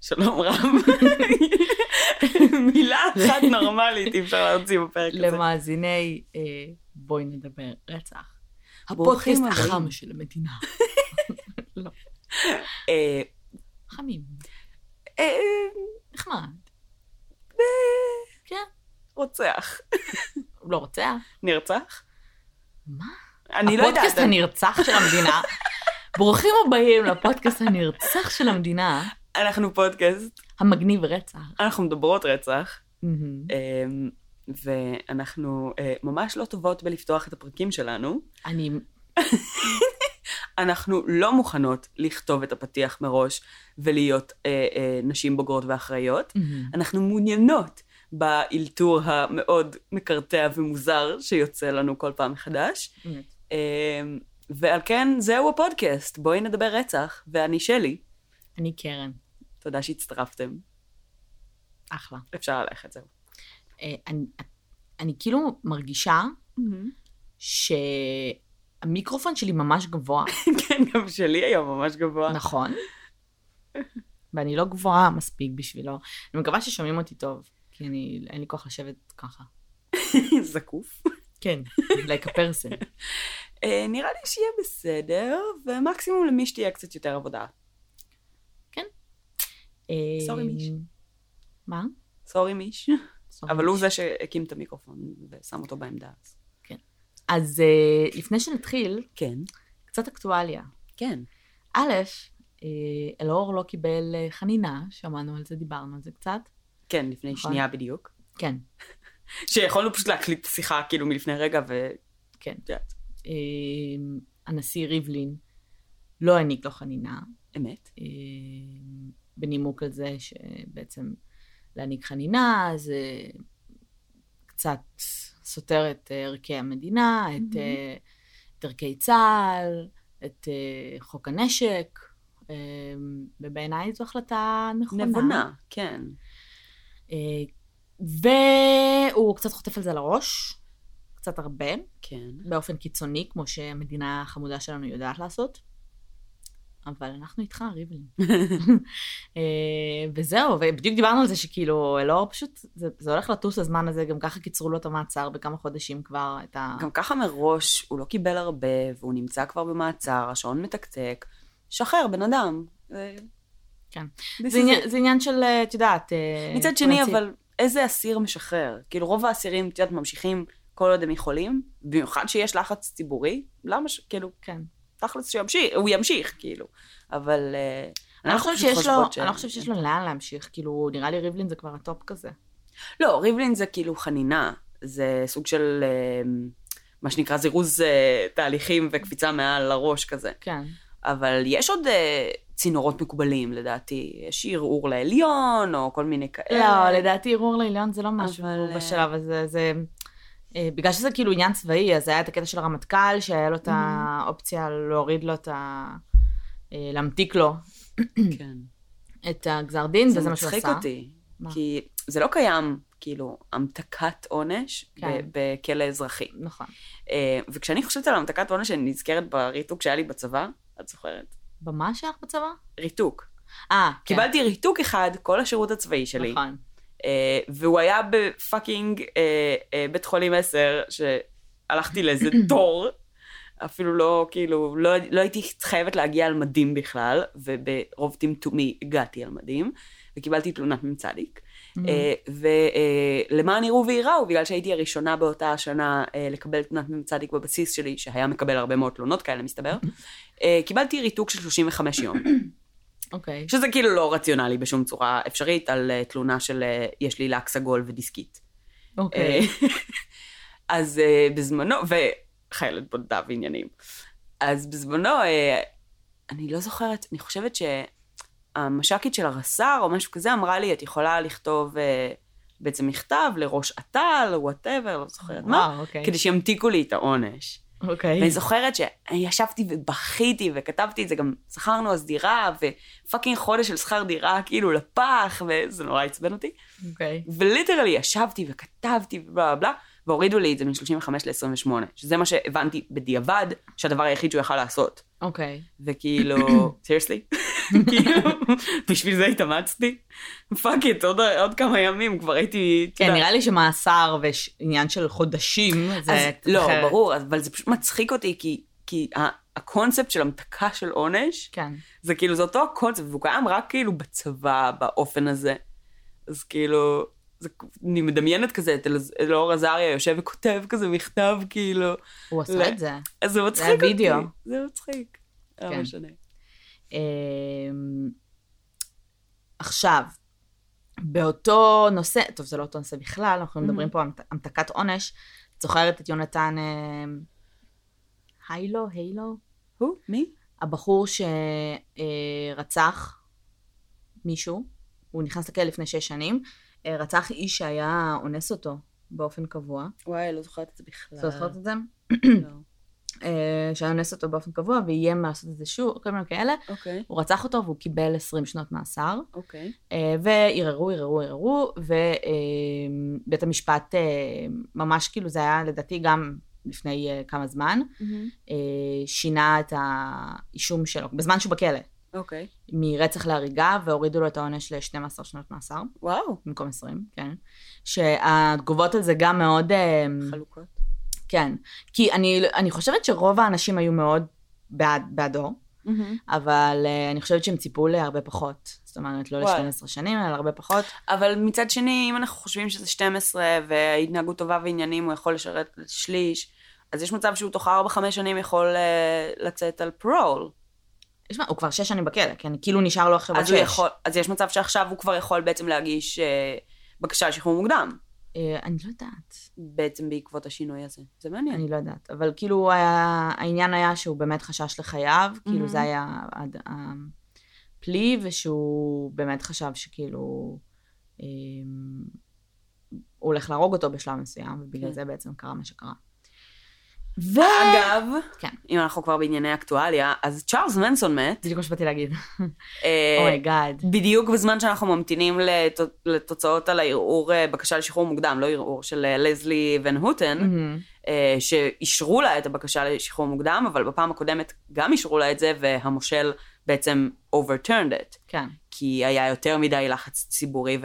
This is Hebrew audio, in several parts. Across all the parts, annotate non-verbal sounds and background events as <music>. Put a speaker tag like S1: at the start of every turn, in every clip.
S1: שלום רב. <laughs> מילה אחת נורמלית אי אפשר להוציא בפרק הזה.
S2: למאזיני אה, בואי נדבר רצח.
S1: ברוכים
S2: הפודקאסט
S1: הבאים.
S2: החם של המדינה. לא.
S1: אה,
S2: חמים.
S1: אה,
S2: נחמד. כן.
S1: רוצח.
S2: לא רוצח.
S1: נרצח?
S2: מה?
S1: אני לא יודעת.
S2: הפודקאסט הנרצח של
S1: <laughs>
S2: המדינה. ברוכים הבאים לפודקאסט הנרצח של המדינה,
S1: אנחנו פודקאסט,
S2: המגניב רצח.
S1: אנחנו מדברות רצח,
S2: מהמם.
S1: אה, ואנחנו אה, ממש לא טובות בלפתוח את הפרקים שלנו.
S2: אני...
S1: אנחנו לא מוכנות לכתוב את הפתיח מראש ולהיות אה, אה, נשים בוגרות ואחראיות.
S2: מהמם.
S1: אנחנו מעוניינות באלתור המאוד מקרטע ומוזר שיוצא לנו כל פעם מחדש. אה, ועל כן, זהו הפודקאסט, בואי נדבר רצח, ואני שלי.
S2: אני קרן.
S1: תודה שהצטרפתם.
S2: אחלה.
S1: אפשר ללכת, זהו.
S2: אה, אני- אני כאילו מרגישה שהמיקרופון שלי ממש גבוה,
S1: כן, גם שלי היום ממש גבוה.
S2: נכון? ואני לא גבוהה מספיק בשבילו. אני מקווה ששומעים אותי טוב, כי אני, אין לי כוח לשבת ככה.
S1: <laughs> זקוף.
S2: כן. <laughs> like a person.
S1: אה, נראה לי שיהיה בסדר, ומקסימום למי שתהיה קצת יותר עבודה.
S2: אה,
S1: Sorry, מיש.
S2: מה?
S1: סורי מיש.
S2: Sorry,
S1: אבל הוא
S2: מיש.
S1: זה שהקים את המיקרופון ושם אותו בעמדה. אז.
S2: אז אה, לפני שנתחיל,
S1: כן.
S2: קצת אקטואליה.
S1: כן.
S2: א', אה, אלאור לא קיבל אה, חנינה, שמענו על זה, דיברנו על זה קצת.
S1: כן, לפני
S2: נכון.
S1: שנייה בדיוק.
S2: כן.
S1: שיכולנו פשוט להקליט שיחה כאילו מלפני רגע ו...
S2: כן.
S1: את יודעת,
S2: אה, הנשיא ריבלין לא העניק לו חנינה,
S1: אמת.
S2: אה, בנימוק על זה שבעצם להעניק חנינה זה קצת סותר את אה, ערכי המדינה, את, אה, את ערכי צה"ל, את אה, חוק הנשק, אה, ובעיניי זו החלטה נכונה.
S1: נבונה. כן.
S2: אה, והוא קצת חוטף על זה לראש, קצת הרבה.
S1: כן.
S2: באופן קיצוני, כמו שהמדינה החמודה שלנו יודעת לעשות. אבל אנחנו איתך,
S1: <laughs>
S2: ריבלין. אה, וזהו, ובדיוק דיברנו על זה שכאילו, אלאור פשוט, זה, זה הולך לטוס הזמן הזה, גם ככה קיצרו לו את המעצר בכמה חודשים כבר, את ה...
S1: גם ככה מראש הוא לא קיבל הרבה, והוא נמצא כבר במעצר, השעון מתקתק. שחרר, בן אדם. זה-
S2: כן.
S1: This
S2: זה,
S1: is
S2: עניין,
S1: it.
S2: זה עניין של, אה, את יודעת... אה,
S1: מצד שני,
S2: פרינציפ.
S1: אבל איזה אסיר משחרר? כאילו, רוב האסירים, את יודעת, ממשיכים כל עוד הם יכולים, במיוחד שיש לחץ ציבורי, למה ש... כאילו,
S2: כן.
S1: תכלס שימשיך, הוא ימשיך, כאילו. אבל... אה,
S2: אני לא
S1: אנחנו
S2: חושבת
S1: פשוט
S2: שיש לו,
S1: חושבות
S2: אני לא חושבת שיש לו לאן להמשיך, כאילו, נראה לי ריבלין זה כבר הטופ כזה.
S1: לא, ריבלין זה כאילו חנינה. זה סוג של, אה, מה שנקרא, זירוז אה, תהליכים וקפיצה מעל הראש כזה.
S2: כן.
S1: אבל יש עוד אה, צינורות מקובלים, לדעתי. יש ערעור לעליון, או כל מיני כאלה.
S2: לא, לדעתי ערעור לעליון זה לא משהו
S1: אה, אבל, אה,
S2: בשלב הזה, זה... אה, בגלל שזה כאילו עניין צבאי, אז היה את הקטע של הרמטכ"ל, שהיה לו את האופציה להוריד לו את ה... אה, להמתיק לו
S1: כן.
S2: את הגזר דין, וזה מה שהוא עשה.
S1: זה מצחיק אותי.
S2: מה?
S1: כי זה לא קיים, כאילו, המתקת עונש
S2: כן.
S1: ב- בכלא אזרחי.
S2: נכון.
S1: אה, וכשאני חושבת על המתקת עונש, אני נזכרת בריתוק שהיה לי בצבא, את זוכרת?
S2: במה שייך בצבא?
S1: ריתוק.
S2: אה, כן.
S1: קיבלתי ריתוק אחד כל השירות הצבאי שלי.
S2: נכון.
S1: אה, והוא היה בפאקינג אה, אה, בית חולים 10, שהלכתי לאיזה תור, אפילו לא, כאילו, לא, לא הייתי חייבת להגיע על מדים בכלל, וברוב טמטומי הגעתי על מדים, וקיבלתי תלונת ממצדיק.
S2: אה,
S1: אה, ולמען יראו וייראו, בגלל שהייתי הראשונה באותה השנה אה, לקבל תלונת ממצדיק בבסיס שלי, שהיה מקבל הרבה מאוד תלונות כאלה, מסתבר, אה, קיבלתי ריתוק של 35 יום.
S2: אוקיי.
S1: שזה כאילו לא רציונלי בשום צורה אפשרית על אה, תלונה של אה, יש לי לק סגול ודיסקית.
S2: אוקיי.
S1: אה, <laughs> אז אה, בזמנו, וחיילת בודדה ועניינים. אז בזמנו, אה, אני לא זוכרת, אני חושבת שהמש"קית של הרס"ר או משהו כזה אמרה לי, את יכולה לכתוב אה, בעצם מכתב לראש אט"ל, וואטאבר, לא זוכרת מה,
S2: וואו, אוקיי.
S1: כדי שימתיקו לי את העונש.
S2: אוקיי.
S1: ואני זוכרת שישבתי ובכיתי וכתבתי את זה, גם שכרנו אז דירה, ופאקינג חודש של שכר דירה כאילו לפח, וזה נורא עצבן אותי.
S2: אוקיי.
S1: וליטרלי ישבתי וכתבתי ובלה בלה בלה, והורידו לי את זה מ-35 ל-28, שזה מה שהבנתי בדיעבד, שהדבר היחיד שהוא יכל לעשות.
S2: אוקיי. <clears throat>
S1: וכאילו, סירסלי? <laughs> כאילו, בשביל זה התאמצתי. פאק איט, עוד- עוד כמה ימים כבר הייתי... אתה
S2: כן,
S1: יודע.
S2: נראה לי שמאסר ועניין של חודשים,
S1: אז,
S2: זה...
S1: לא,
S2: אחרת.
S1: ברור, אבל זה פשוט מצחיק אותי, כי, כי ה- הקונספט של המתקה של עונש,
S2: כן.
S1: זה כאילו, זה אותו הקונספט, והוא קיים רק כאילו בצבא, באופן הזה. אז כאילו, זה, אני מדמיינת כזה את אלז- אלאור עזריה יושב וכותב כזה מכתב, כאילו,
S2: הוא עשה
S1: לא.
S2: את זה.
S1: אז זה מצחיק אותי.
S2: הווידאו.
S1: זה מצחיק. לא
S2: כן.
S1: משנה.
S2: אמ, עכשיו, באותו נושא, טוב, זה לא אותו נושא בכלל, אנחנו
S1: Mhm.
S2: מדברים פה על המת- המתקת עונש. את זוכרת את יונתן אמ, היילו, היילו?
S1: הוא? מי?
S2: הבחור שרצח מישהו, הוא נכנס לכלא לפני שש שנים, אה, רצח איש שהיה אונס אותו באופן קבוע.
S1: וואי, לא זוכרת את זה בכלל. לא.
S2: את זוכרת את זה? אה, שהיה אונס אותו באופן קבוע, ואיים לעשות את זה שוב, כל מיני כאלה.
S1: אוקיי,
S2: הוא רצח אותו והוא קיבל 20 שנות מאסר.
S1: אוקיי.
S2: אה, וערערו, ערערו, ערערו, ובית המשפט אה, ממש כאילו, זה היה לדעתי גם לפני אה, כמה זמן, אה, שינה את האישום שלו, בזמן שהוא בכלא,
S1: אוקיי.
S2: מרצח להריגה, והורידו לו את העונש ל-12 שנות מאסר,
S1: וואו.
S2: במקום 20, כן. שהתגובות על זה גם מאוד... אה,
S1: חלוקות.
S2: כן. כי אני, אני חושבת שרוב האנשים היו מאוד בעד, בעדו. אבל uh, אני חושבת שהם ציפו להרבה פחות. זאת אומרת, לא
S1: וואלה.
S2: ל-12 שנים, אלא הרבה פחות.
S1: אבל מצד שני, אם אנחנו חושבים שזה 12 וההתנהגות טובה ועניינים, הוא יכול לשרת שליש, אז יש מצב שהוא תוך 4-5 שנים יכול אה, לצאת על פרול.
S2: תשמע, הוא כבר שש שנים בכלא, כן? כאילו נשאר לו עכשיו עוד
S1: אז, הוא
S2: שש.
S1: יכול, אז יש מצב שעכשיו הוא כבר יכול בעצם להגיש אה, בקשה לשחרור מוקדם,
S2: אה, אני לא יודעת.
S1: בעצם בעקבות השינוי הזה. זה מעניין.
S2: אני לא יודעת. אבל כאילו, היה, העניין היה שהוא באמת חשש לחייו, כאילו
S1: Mhm.
S2: זה היה הד- הפלי, ושהוא באמת חשב שכאילו... אה, הוא הולך להרוג אותו בשלב מסוים, ובגלל
S1: כן.
S2: זה בעצם קרה מה שקרה.
S1: ו... אגב,
S2: כן.
S1: אם אנחנו כבר בענייני אקטואליה, אז צ'ארלס מנסון מת.
S2: בדיוק מה שבאתי להגיד. Oh
S1: אה,
S2: אומייגאד.
S1: בדיוק בזמן שאנחנו ממתינים לת- לתוצאות על הערעור, אה, בקשה לשחרור מוקדם, לא ערעור, של אה, לזלי ון הוטן,
S2: Mhm.
S1: אה, שאישרו לה את הבקשה לשחרור מוקדם, אבל בפעם הקודמת גם אישרו לה את זה, והמושל בעצם overturned it,
S2: כן,
S1: כי היה יותר מדי לחץ ציבורי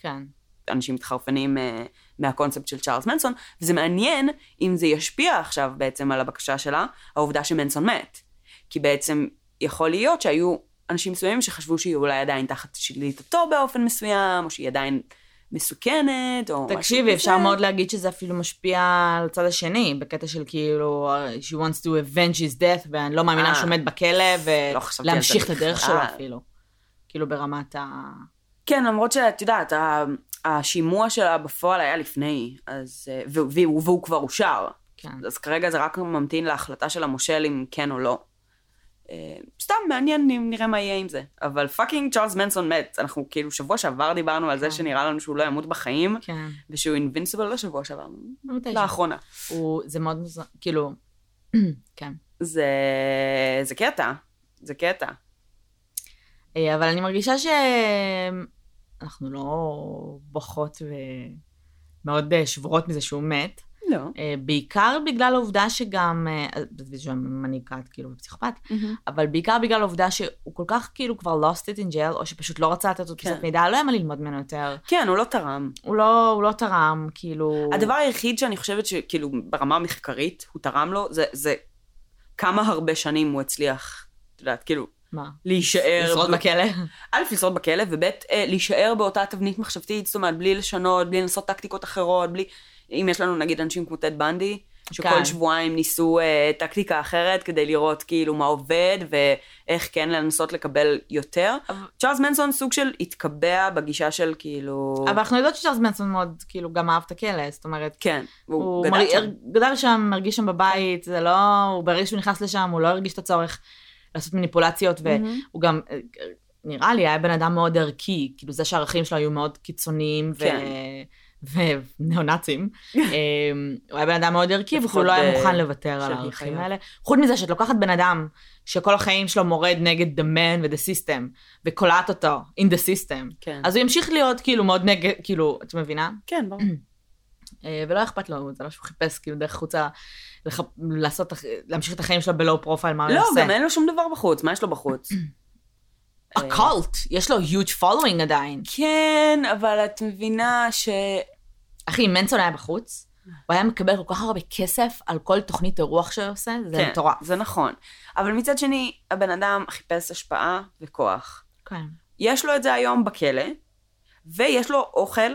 S2: כן.
S1: ואנשים מתחרפנים אה, מהקונספט של צ'ארלס מנסון, וזה מעניין אם זה ישפיע עכשיו בעצם על הבקשה שלה, העובדה שמנסון מת. כי בעצם יכול להיות שהיו אנשים מסוימים שחשבו שהיא אולי עדיין תחת שליטתו באופן מסוים, או שהיא עדיין מסוכנת, או משהו
S2: תקשיבי, אפשר מאוד להגיד שזה אפילו משפיע על הצד השני, בקטע של כאילו, she wants to avenge his death, ואני לא מאמינה
S1: אה.
S2: שהוא מת בכלא,
S1: לא חשבתי על זה
S2: ולהמשיך את הדרך שלו
S1: בכלל.
S2: אפילו. כאילו ברמת ה...
S1: כן, למרות שאת יודעת, ה- השימוע שלה בפועל היה לפני, אז... אה, והוא- והוא והוא כבר אושר.
S2: כן.
S1: אז כרגע זה רק ממתין להחלטה של המושל אם כן או לא. אה, סתם מעניין אם נראה מה יהיה עם זה. אבל פאקינג צ'ארלס מנסון מת. אנחנו כאילו שבוע שעבר דיברנו על זה
S2: כן.
S1: שנראה לנו שהוא לא ימות בחיים,
S2: כן.
S1: ושהוא אינבינסיבל לא שבוע שעבר,
S2: מתישהו.
S1: לאחרונה.
S2: הוא- זה מאוד מוזר, כאילו, <clears throat> כן.
S1: זה זה קטע, זה קטע.
S2: אה, אבל אני מרגישה ש... אנחנו לא בוכות ומאוד אה, שבורות מזה שהוא מת.
S1: לא.
S2: אה, בעיקר בגלל העובדה שגם, אה, בגלל שהוא מנהיגת, כאילו, פסיכופת, אבל בעיקר בגלל העובדה שהוא כל כך כאילו כבר lost it in jail, או שפשוט לא רצה לתת עוד
S1: כן.
S2: קצת מידע, לא היה מה ללמוד ממנו יותר.
S1: כן, הוא לא תרם.
S2: הוא לא, הוא לא תרם, כאילו...
S1: הדבר היחיד שאני חושבת שכאילו ברמה המחקרית הוא תרם לו, זה, זה כמה הרבה שנים הוא הצליח, את יודעת, כאילו,
S2: מה?
S1: להישאר...
S2: לשרוד
S1: ב-
S2: בכלא?
S1: א', לשרוד בכלא, וב', אה, להישאר באותה תבנית מחשבתית, זאת אומרת, בלי לשנות, בלי לנסות טקטיקות אחרות, בלי... אם יש לנו נגיד אנשים כמו טד בנדי, שכל
S2: כן.
S1: שבועיים ניסו אה, טקטיקה אחרת כדי לראות כאילו מה עובד ואיך כן לנסות לקבל יותר.
S2: אבל-
S1: צ'ארלס מנסון סוג של התקבע בגישה של כאילו...
S2: אבל אנחנו יודעות שצ'ארלס מנסון מאוד, כאילו, גם אהב את הכלא, זאת אומרת,
S1: כן, הוא
S2: הוא
S1: גדל
S2: מרג-
S1: שם.
S2: גדל שם, מרגיש שם בבית, זה לא... הוא ברגע שהוא נכנס לשם, הוא לא הרגיש את הצורך לעשות מניפולציות,
S1: מהמם.
S2: והוא גם, אה, אה, נראה לי, היה בן אדם מאוד ערכי, כאילו זה שהערכים שלו היו מאוד קיצוניים, ו...
S1: כן.
S2: וניאו-נאצים. אה, הוא היה בן אדם מאוד ערכי, והוא
S1: לפחות
S2: לא
S1: ב-
S2: היה מוכן לוותר
S1: של
S2: על הערכים
S1: הנחיות.
S2: האלה. חוץ מזה שאת לוקחת בן אדם שכל החיים שלו מורד נגד the man ו-the system, וקולעת אותו in the system,
S1: כן.
S2: אז הוא ימשיך להיות כאילו מאוד נגד, כאילו, את מבינה?
S1: כן, ברור.
S2: אה, ולא אכפת לו, זה לא שהוא חיפש כאילו דרך חוצה לח... לעשות, הח- להמשיך את החיים שלו בלואו פרופייל, מה הוא
S1: לא,
S2: יעשה. <clears throat>
S1: גם אין לו שום דבר בחוץ, מה יש לו בחוץ?
S2: a cult, יש לו huge following עדיין.
S1: כן, אבל את מבינה ש...
S2: אחי, אם מנסון היה בחוץ, הוא היה מקבל כל כך הרבה כסף על כל תוכנית אירוח שהוא עושה, זה
S1: כן,
S2: מטורף.
S1: זה נכון. אבל מצד שני, הבן אדם חיפש השפעה וכוח.
S2: כן.
S1: יש לו את זה היום בכלא, ויש לו אוכל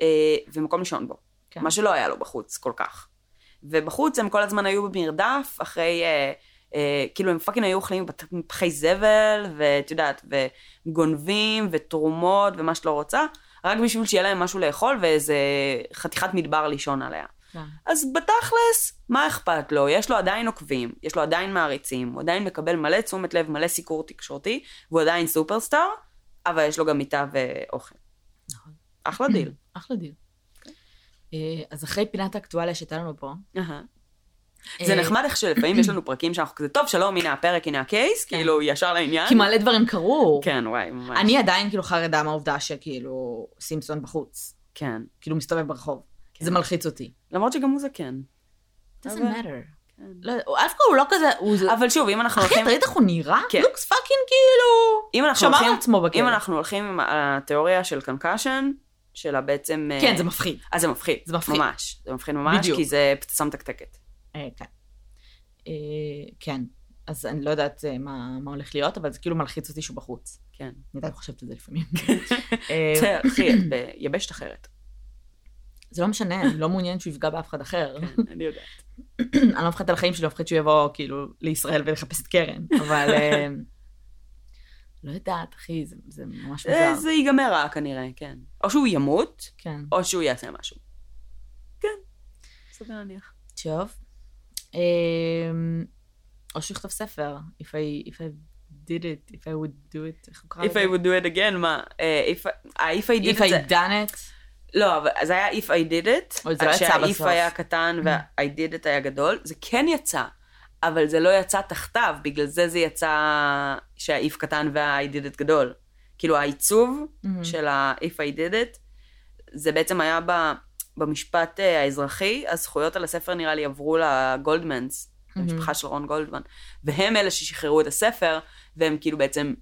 S1: אה, ומקום לישון בו.
S2: כן.
S1: מה שלא היה לו בחוץ כל כך. ובחוץ הם כל הזמן היו במרדף, אחרי, אה, אה, כאילו הם פאקינג היו אוכלים בפחי זבל, ואת יודעת, וגונבים, ותרומות, ומה שלא רוצה, רק בשביל שיהיה להם משהו לאכול ואיזה חתיכת מדבר לישון עליה.
S2: כן.
S1: אז בתכלס, מה אכפת לו? יש לו עדיין עוקבים, יש לו עדיין מעריצים, הוא עדיין מקבל מלא תשומת לב, מלא סיקור תקשורתי, והוא עדיין סופרסטאר, אבל יש לו גם מיטה ואוכל.
S2: נכון.
S1: אחלה דיל.
S2: <clears throat> אחלה דיל. אה, אז אחרי פינת האקטואליה שהייתה לנו פה,
S1: אהה. זה
S2: אה,
S1: נחמד איך שלפעמים
S2: <coughs>
S1: יש לנו פרקים שאנחנו כזה, טוב, שלום, הנה הפרק, הנה הקייס,
S2: כן.
S1: כאילו, ישר לעניין.
S2: כי מלא דברים קרו.
S1: כן, וואי, ממש.
S2: אני עדיין כאילו חרדה מהעובדה שכאילו סימפסון בחוץ,
S1: כן.
S2: כאילו מסתובב ברחוב.
S1: כן.
S2: זה מלחיץ אותי.
S1: למרות שגם הוא כן. זקן.
S2: doesn't
S1: אבל-
S2: matter.
S1: כן.
S2: לא, הוא- אף פעם הוא לא כזה, הוא זה...
S1: אבל שוב, אם אנחנו
S2: אחי,
S1: הולכים...
S2: אתה ראית איך הוא נראה?
S1: כן.
S2: לוקס פאקינג כאילו...
S1: אם אנחנו
S2: שמר
S1: הולכים...
S2: על עצמו בכלא.
S1: אם אנחנו הולכים עם התיאוריה של קנקשן, שלה בעצם... אה,
S2: כן, זה מפחיד.
S1: אז זה מפחיד.
S2: זה מפחיד.
S1: ממש. זה מפחיד ממש,
S2: בדיוק.
S1: כי זה פצצה מתקתקת.
S2: אה, כן. אה, כן. אז אני לא יודעת אה, מה מה הולך להיות, אבל זה כאילו מלחיץ אותי שהוא בחוץ.
S1: כן.
S2: אני עדיין חושבת על זה
S1: <laughs>
S2: לפעמים. אה,
S1: זה, אחי, את ביבשת אחרת.
S2: זה לא משנה, אני לא מעוניינת שהוא יפגע באף אחד אחר.
S1: כן, אני
S2: <laughs>
S1: יודעת.
S2: <clears throat> אני לא מפחדת על החיים שלי, אני מפחדת שהוא יבוא כאילו לישראל ולחפש את קרן, אבל... אה, לא יודעת, אחי, זה- זה ממש
S1: אה, זה-
S2: מוזר.
S1: זה ייגמר רע כנראה, כן. או שהוא ימות,
S2: כן.
S1: או שהוא יעשה משהו. כן. סביר להניח.
S2: טוב. אמ, או שהוא יכתוב ספר, If I if I did it, if I would do it, איך הוא קרא
S1: If I
S2: לזה?
S1: would do it again, מה? אה, if I- אה, If I did
S2: If
S1: it
S2: I
S1: זה...
S2: done it.
S1: לא, אבל זה היה If I did it.
S2: אוי, זה לא יצא
S1: כשה-if
S2: בסוף. Mm.
S1: היה קטן וה-I did it היה גדול. זה כן יצא, אבל זה לא יצא תחתיו, בגלל זה זה יצא שה-if קטן וה-I did it גדול. כאילו העיצוב
S2: מהמם.
S1: של ה-if I did it, זה בעצם היה ב- במשפט אה, האזרחי, הזכויות על הספר נראה לי עברו לגולדמנס,
S2: מהמם.
S1: המשפחה של רון גולדמן, והם אלה ששחררו את הספר, והם כאילו בעצם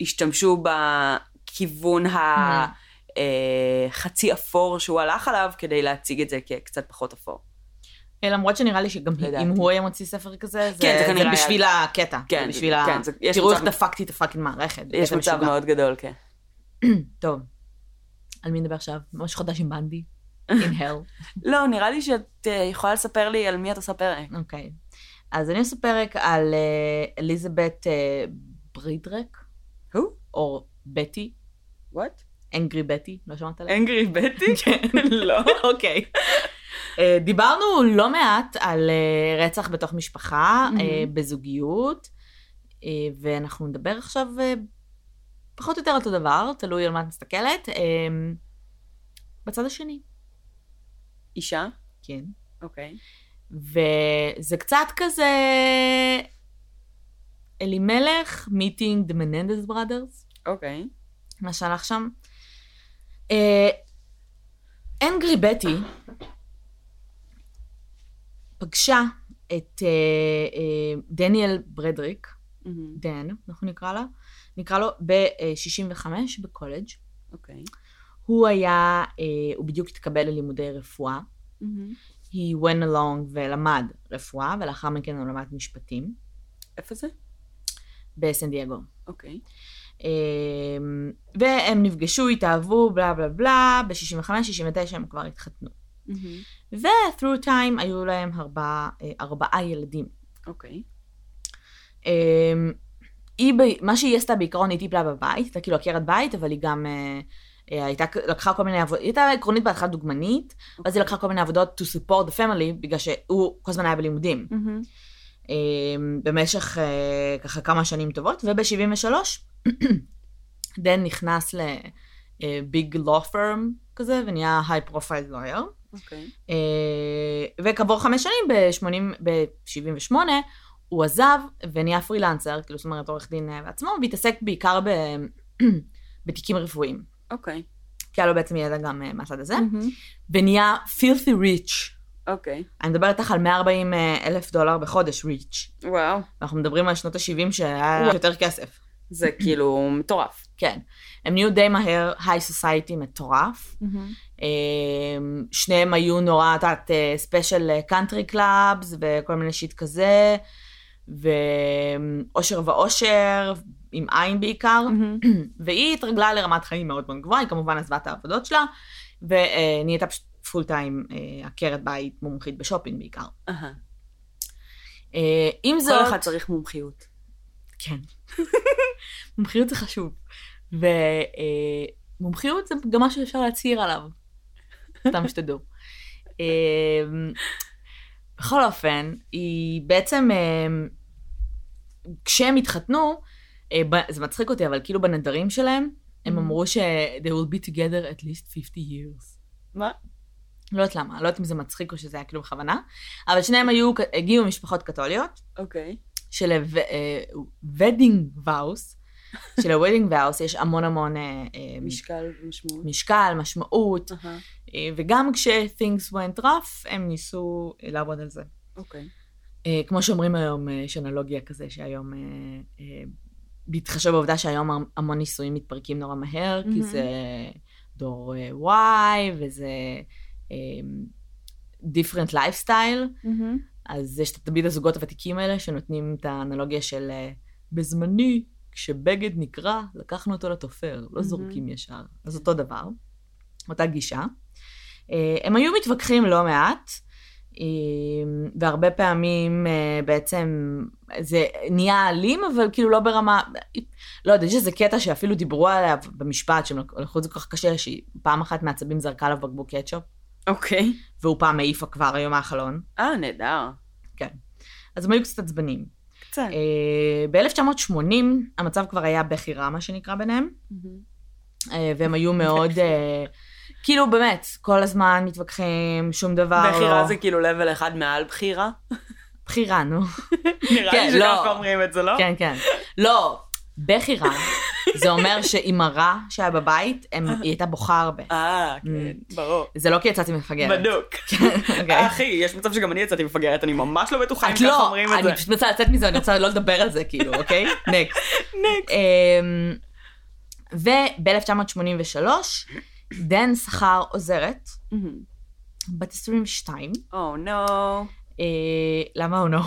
S1: השתמשו בכיוון Mm.
S2: מהמם.
S1: החצי אפור שהוא הלך עליו, כדי להציג את זה כקצת פחות אפור.
S2: אה, למרות שנראה לי שגם
S1: לדעתי.
S2: אם הוא היה מוציא ספר כזה,
S1: כן, זה
S2: זה זה
S1: כנראה היה-
S2: בשביל הקטע.
S1: כן,
S2: כן, בשביל ה...
S1: כן, זה- יש
S2: תראו איך
S1: מצב-
S2: דפקתי את הפאקינג מערכת.
S1: יש
S2: בקטע
S1: מצב
S2: משוגע.
S1: מאוד גדול, כן.
S2: <clears throat> טוב. על מי נדבר עכשיו? ממש חודש עם
S1: <laughs>
S2: בנדי. In hell.
S1: לא, נראה לי שאת אה, יכולה לספר לי על מי את עושה פרק.
S2: אוקיי. אז אני עושה פרק על אה, אליזבת אה, ברידרק,
S1: הוא?
S2: או בטי,
S1: וואט?
S2: אנגרי בטי, לא שמעת עליה?
S1: אנגרי בטי? <laughs>
S2: <laughs>
S1: לא.
S2: אוקיי. אה, דיברנו לא מעט על אה, רצח בתוך משפחה,
S1: Mhm.
S2: אה, בזוגיות, אה, ואנחנו נדבר עכשיו אה, פחות או יותר על אותו דבר, תלוי על מה את מסתכלת. אה, בצד השני,
S1: אישה?
S2: כן.
S1: אוקיי.
S2: וזה קצת כזה אלימלך, meeting the Menendez brothers.
S1: אוקיי.
S2: מה שהלך שם. אה, אנגרי בטי פגשה את אה, אה, דניאל ברדריק,
S1: מהמם.
S2: דן, אנחנו נקרא לה, נקרא לו ב-65 בקולג'.
S1: אוקיי.
S2: הוא היה, אה, הוא בדיוק התקבל ללימודי רפואה.
S1: Mm-hmm.
S2: He went along ולמד רפואה, ולאחר מכן הוא למד משפטים
S1: איפה זה?
S2: בסן דייגו.
S1: אוקיי.
S2: אמ, והם נפגשו, התאהבו, בלה בלה בלה, ב-65-69 הם כבר התחתנו.
S1: Mm-hmm.
S2: ו-through time היו להם ארבעה, אה, ארבעה ילדים.
S1: אוקיי.
S2: אמ, היא, ב- מה שהיא עשתה בעיקרון, היא טיפלה בבית, הייתה כאילו עקרת בית, אבל היא גם אה, אה, הייתה, לקחה כל מיני עבודות, היא הייתה עקרונית בהתחלה דוגמנית, ואז היא לקחה כל מיני עבודות to support the family, בגלל שהוא כל הזמן היה בלימודים.
S1: Mm-hmm.
S2: אמ, במשך אה, ככה כמה שנים טובות, וב-73 <coughs> דן נכנס אה, לביג לוא פרם כזה ונהיה היי פרופייל לויר.
S1: אוקיי.
S2: אה, וכעבור חמש שנים, ב-78, הוא עזב ונהיה פרילנסר, כאילו זאת אומרת עורך דין אה, בעצמו, והתעסק בעיקר ב... <clears throat> בתיקים רפואיים.
S1: אוקיי.
S2: כי היה לו בעצם ידע גם אה, מהצד הזה,
S1: Mm-hmm.
S2: ונהיה filthy rich.
S1: אוקיי.
S2: אני מדברת איתך על 140 אלף דולר בחודש rich.
S1: וואו.
S2: אנחנו מדברים על שנות ה-70 שהיה יותר כסף.
S1: זה כאילו מטורף.
S2: כן. הם נהיו די מהר היי סוסייטי מטורף.
S1: Mm-hmm.
S2: אמ, שניהם היו נורא, את יודעת, אה, ספיישל קאנטרי קלאבס וכל מיני שיט כזה, ואושר ואושר, עם עין בעיקר, והיא התרגלה לרמת חיים מאוד מאוד גבוהה, היא כמובן עזבה את העבודות שלה, ונהייתה פשוט פול טיים אה, עקרת בית מומחית בשופינג בעיקר.
S1: אהה.
S2: אה, עם זאת...
S1: Mm-hmm. כל אחד צריך מומחיות.
S2: כן. מומחיות זה חשוב. ומומחיות זה גם משהו שאפשר להצהיר עליו. סתם שתדעו. אמ, בכל אופן, היא בעצם, אמ, כשהם התחתנו, אה, ב- זה מצחיק אותי, אבל כאילו בנדרים שלהם, הם
S1: Mhm.
S2: אמרו ש- they will be together at least 50 years.
S1: מה?
S2: לא יודעת למה, לא יודעת אם זה מצחיק או שזה היה כאילו בכוונה, אבל שניהם היו, הגיעו ממשפחות קתוליות,
S1: אוקיי.
S2: של ודינג ואוס, של הוודינג ואוס יש המון המון אה, אה,
S1: משקל Uh-huh. ומשמעות.
S2: משקל, משמעות,
S1: אהה,
S2: אה, וגם כש-things went rough, הם ניסו אה, לעבוד על זה.
S1: אוקיי.
S2: אה, כמו שאומרים היום, אה, יש אנלוגיה כזה שהיום, אה, אה, בהתחשב בעובדה שהיום המ- המון ניסויים מתפרקים נורא מהר, כי
S1: מהמם.
S2: זה דור אה, Y וזה אה, different lifestyle.
S1: Mm-hmm.
S2: אז יש תמיד הזוגות הוותיקים האלה שנותנים את האנלוגיה של אה, בזמני, כשבגד נקרע, לקחנו אותו לתופר, לא
S1: מהמם.
S2: זורקים ישר. אז אותו דבר, אותה גישה. אה, הם היו מתווכחים לא מעט, אה, והרבה פעמים אה, בעצם זה נהיה אלים, אבל כאילו לא ברמה... לא יודע, יש איזה קטע שאפילו דיברו עליו במשפט, שהם לקחו את זה כל כך קשה, שפעם אחת מעצבים זרקה עליו בקבוק קטשופ,
S1: אוקיי.
S2: והוא פעם העיפה כבר היום מהחלון.
S1: אה, נהדר.
S2: אז הם היו קצת עצבנים.
S1: קצת.
S2: כן. אה, ב-1980 המצב כבר היה בכי רע, מה שנקרא ביניהם,
S1: Mm-hmm.
S2: אה, והם היו מאוד, אה, כאילו באמת, כל הזמן מתווכחים, שום דבר לא...
S1: בחירה זה כאילו level אחד מעל בחירה?
S2: בחירה, נו.
S1: נראה
S2: כן,
S1: לי שככה
S2: לא.
S1: אומרים את זה, לא?
S2: כן, כן. לא, בכי רע, זה אומר שעם הרע שהיה בבית, הם- היא הייתה בוכה הרבה.
S1: אה,
S2: Mm.
S1: כן, ברור.
S2: זה לא כי יצאתי מפגרת.
S1: בדוק.
S2: אוקיי.
S1: אה, אחי, יש מצב שגם אני יצאתי מפגרת, אני ממש לא בטוחה אם
S2: את
S1: ככה
S2: לא,
S1: אומרים את
S2: אני
S1: זה.
S2: פשוט מנסה לצאת מזה, אני רוצה לא לדבר על זה,
S1: <laughs>
S2: כאילו, אוקיי? נקסט.
S1: נקסט.
S2: וב-1983, דן שכר עוזרת, בת 22.
S1: Oh no.
S2: אה, למה הוא לא?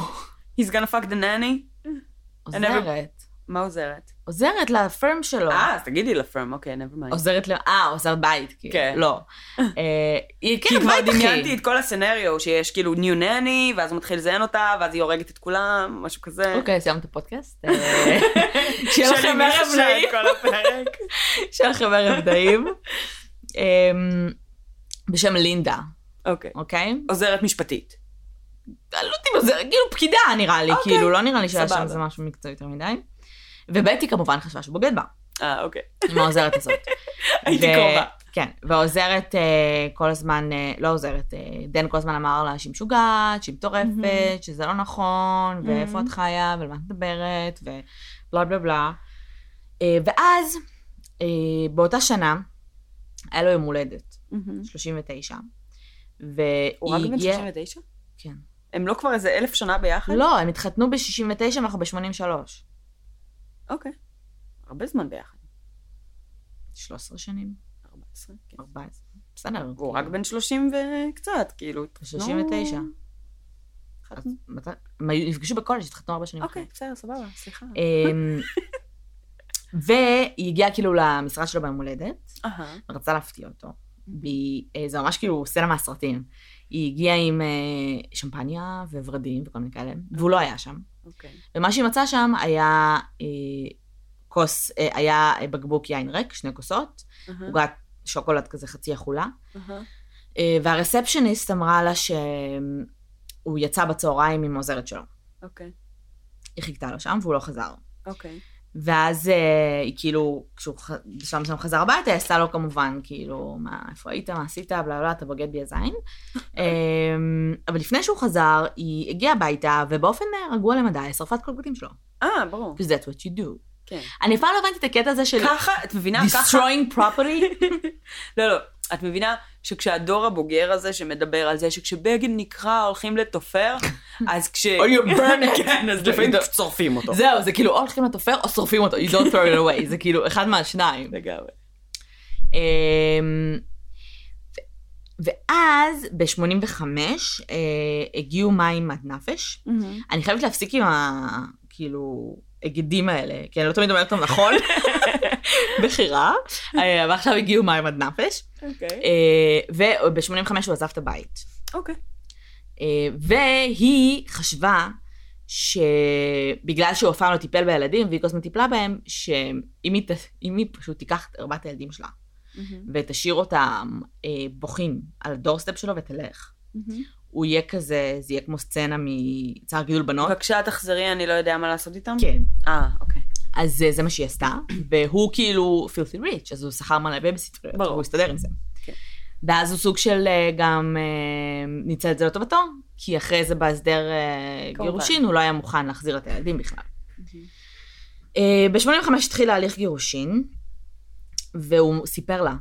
S1: He's gonna fuck the nanny?
S2: עוזרת.
S1: מה עוזרת?
S2: עוזרת לפרם שלו.
S1: אה, אז תגידי לפרם, אוקיי, never mind.
S2: עוזרת ל... אה, עוזרת בית, כאילו.
S1: כן. <laughs>
S2: לא. אה, היא
S1: כי
S2: כאילו
S1: כבר
S2: בית, אחי.
S1: דמיינתי את כל הסצנריו, שיש כאילו ניו נני, ואז הוא מתחיל לזיין אותה, ואז היא הורגת את כולם, משהו כזה.
S2: אוקיי, סיימת את הפודקאסט. אה,
S1: <laughs>
S2: שיהיה
S1: שאני
S2: לכם ערב
S1: מחשבת
S2: נעים.
S1: כל הפרק.
S2: שיהיה לכם ערב
S1: <laughs>
S2: נעים. אה, בשם לינדה,
S1: אוקיי.
S2: אוקיי?
S1: עוזרת משפטית.
S2: לא יודעת אם זה, כאילו פקידה נראה לי,
S1: אוקיי.
S2: כאילו, לא נראה לי שהיה
S1: סבבה.
S2: שם זה משהו מקצועי יותר מדי. ובטי כמובן חשבה שבוגד בה,
S1: אה, אוקיי.
S2: עם העוזרת הזאת.
S1: <laughs> הייתי
S2: ו-
S1: קרובה.
S2: כן, והעוזרת אה, כל הזמן, אה, לא עוזרת, אה, דן כל הזמן אמר לה שהיא משוגעת, שהיא מטורפת,
S1: מהמם.
S2: שזה לא נכון, ואיפה
S1: מהמם.
S2: את חיה, ולמה את מדברת, ובלה בלה בלה. אה, ואז, אה, באותה שנה, היה לו יום הולדת, 39,
S1: הוא רק בן
S2: והיא...
S1: 39?
S2: כן.
S1: הם לא כבר איזה אלף שנה ביחד?
S2: לא, הם התחתנו ב-69 ואנחנו ב-83.
S1: אוקיי. הרבה זמן ביחד.
S2: 13 שנים,
S1: 14, כן.
S2: 14, בסדר. כאילו.
S1: והוא רק בן 30 וקצת, כאילו. התחתנו-
S2: 39.
S1: התחתנו.
S2: אז מתי- הם היו- נפגשו בקולג', התחתנו ארבע שנים.
S1: אוקיי, אה. בסדר, סבבה, סליחה.
S2: אחרי.
S1: <laughs>
S2: אמ, והיא הגיעה כאילו למשרד שלו ביום הולדת,
S1: אהה.
S2: רצה להפתיע אותו.
S1: Mm-hmm.
S2: והיא- אה, זה ממש כאילו סצנה מהסרטים. היא הגיעה עם אה, שמפניה וורדים וכל מיני כאלה, והוא לא היה שם.
S1: אוקיי.
S2: ומה שהיא מצאה שם היה אה, כוס, אה, היה בקבוק יין ריק, שני כוסות,
S1: אהה,
S2: עוגת שוקולד כזה חצי אכולה,
S1: אהה.
S2: אה, והרספשניסט אמרה לה שהוא יצא בצהריים עם העוזרת שלו.
S1: אוקיי,
S2: היא חיכתה לו שם והוא לא חזר.
S1: אוקיי.
S2: ואז אה, היא כאילו, כשהוא ח- בשלב מסוים חזר הביתה, היא עשתה לו כמובן, כאילו, מה, איפה היית, מה עשית, בלה בלה, אתה בוגד בי הזין. אמ, אבל לפני שהוא חזר, היא הגיעה הביתה, ובאופן אה, רגוע למדי, שרפה את כל הבגדים שלו.
S1: אה, ברור.
S2: Because that's what you do.
S1: כן.
S2: אני אף פעם לא הבנתי את הקטע הזה של
S1: ככה, את מבינה? ככה.
S2: destroying property.
S1: לא, לא. את מבינה שכשהדור הבוגר הזה שמדבר על זה, שכשבגין נקרא הולכים <laughs> לתופר, אז כש...
S2: Or you burn it.
S1: <laughs> כן, אז לפעמים
S2: זה-
S1: שורפים אותו.
S2: זהו, זה כאילו או הולכים לתופר או שורפים אותו, you don't throw it away, זה כאילו אחד מהשניים.
S1: לגמרי.
S2: אמ, ו- ואז ב-85 אה, הגיעו מים עד נפש. אני חייבת להפסיק עם ה... כאילו, הגדים האלה, כי אני לא תמיד אומרת אותם נכון, בחירה, אה, ועכשיו הגיעו מים עד נפש,
S1: אוקיי.
S2: וב-85 הוא עזב את הבית.
S1: אוקיי.
S2: אה, והיא חשבה שבגלל שהוא אף פעם לא טיפל בילדים, והיא כל הזמן טיפלה בהם, שאם היא, ת- אם היא פשוט תיקח את ארבעת הילדים שלה ותשאיר אותם אה, בוכים על הדורסטפ שלו ותלך, הוא יהיה כזה, זה יהיה כמו סצנה מצער גידול בנות.
S1: בבקשה תחזרי, אני לא יודע מה לעשות איתם.
S2: כן.
S1: אה, אוקיי.
S2: אז אה, זה מה שהיא עשתה, והוא כאילו filthy rich, אז הוא שכר מלא בייביסיטריות,
S1: ברור.
S2: הוא הסתדר עם זה.
S1: כן.
S2: ואז הוא סוג של אה, גם אה, ניצל את זה לטובתו, כי אחרי זה בהסדר אה,
S1: כמובן.
S2: גירושין הוא לא היה מוכן להחזיר את הילדים בכלל. ב-85 אה, התחיל ההליך גירושין, והוא סיפר לה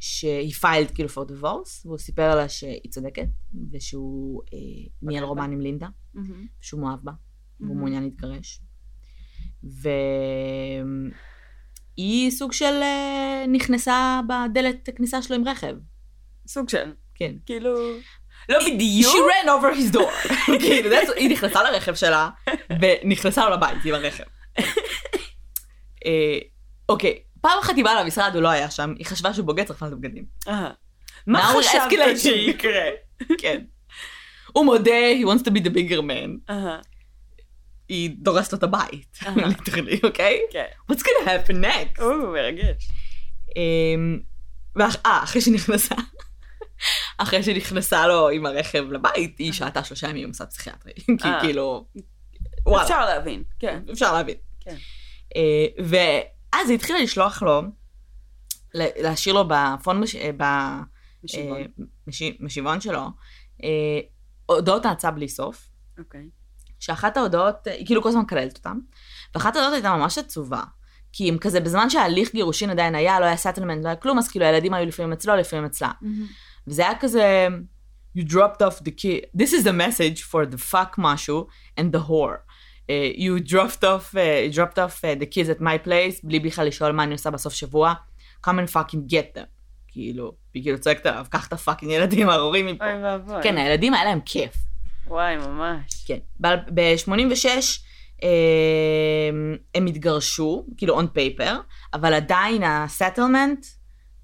S2: שהיא filed כאילו for divorce, והוא סיפר לה שהיא צודקת, ושהוא אה, ניהל
S1: בה.
S2: רומן עם לינדה.
S1: מהמם.
S2: שהוא מאוהב בה, והוא
S1: Mhm.
S2: מעוניין להתגרש. והיא סוג של אה, נכנסה בדלת הכניסה שלו עם רכב.
S1: סוג של,
S2: כן.
S1: כאילו... לא
S2: She
S1: בדיוק.
S2: ran over his
S1: <laughs>
S2: door. כאילו, that's- היא נכנסה לרכב שלה, ונכנסה לו לבית עם הרכב. אה, אוקיי, פעם אחת היא באה למשרד, הוא לא היה שם, היא חשבה שהוא בוגד, צריכה לתת בגדים.
S1: אה. מה
S2: Now we're
S1: חשבת
S2: escalating.
S1: שיקרה?
S2: כן. הוא מודה, he wants to be the bigger man.
S1: אהה,
S2: היא דורסת לו את הבית, <laughs>
S1: אהה.
S2: ליטרלי, אוקיי?
S1: כן.
S2: What's gonna happen next?
S1: או, מרגש.
S2: אמ, ואח- אה, אחרי שנכנסה, אחרי שנכנסה לו עם הרכב לבית, היא שעתה שלושה ימים במוסד פסיכיאטרי. <laughs> כי
S1: אה.
S2: כאילו, וואלה,
S1: אפשר להבין, כן.
S2: אפשר להבין.
S1: כן.
S2: אה, ואז היא התחילה לשלוח לו, ל- להשאיר לו בפון, מש- אה, ב- אה,
S1: משיבון.
S2: משי- משיבון שלו, אה, הודעות האצה בלי סוף,
S1: אוקיי.
S2: שאחת ההודעות, היא כאילו כל הזמן מקללת אותם, ואחת ההודעות הייתה ממש עצובה. כי אם כזה, בזמן שההליך גירושין עדיין היה, לא היה סטלמנט, לא היה כלום, אז כאילו הילדים היו לפעמים אצלו, לפעמים אצלה.
S1: אוקיי.
S2: וזה היה כזה, you dropped off the key, this is the message for the fuck משהו and the whore. Uh, you dropped off, uh, you dropped off uh, the kids at my place, בלי בכלל לשאול מה אני עושה בסוף שבוע, come and fucking get them. כאילו, היא כאילו צועקת עליו, קח את הפאקינג ילדים הארורים מפה.
S1: אוי ואבוי.
S2: כן, הילדים היה להם כיף.
S1: וואי, ממש.
S2: כן. ב-86 אמ, הם התגרשו, כאילו on paper, אבל עדיין הסטלמנט,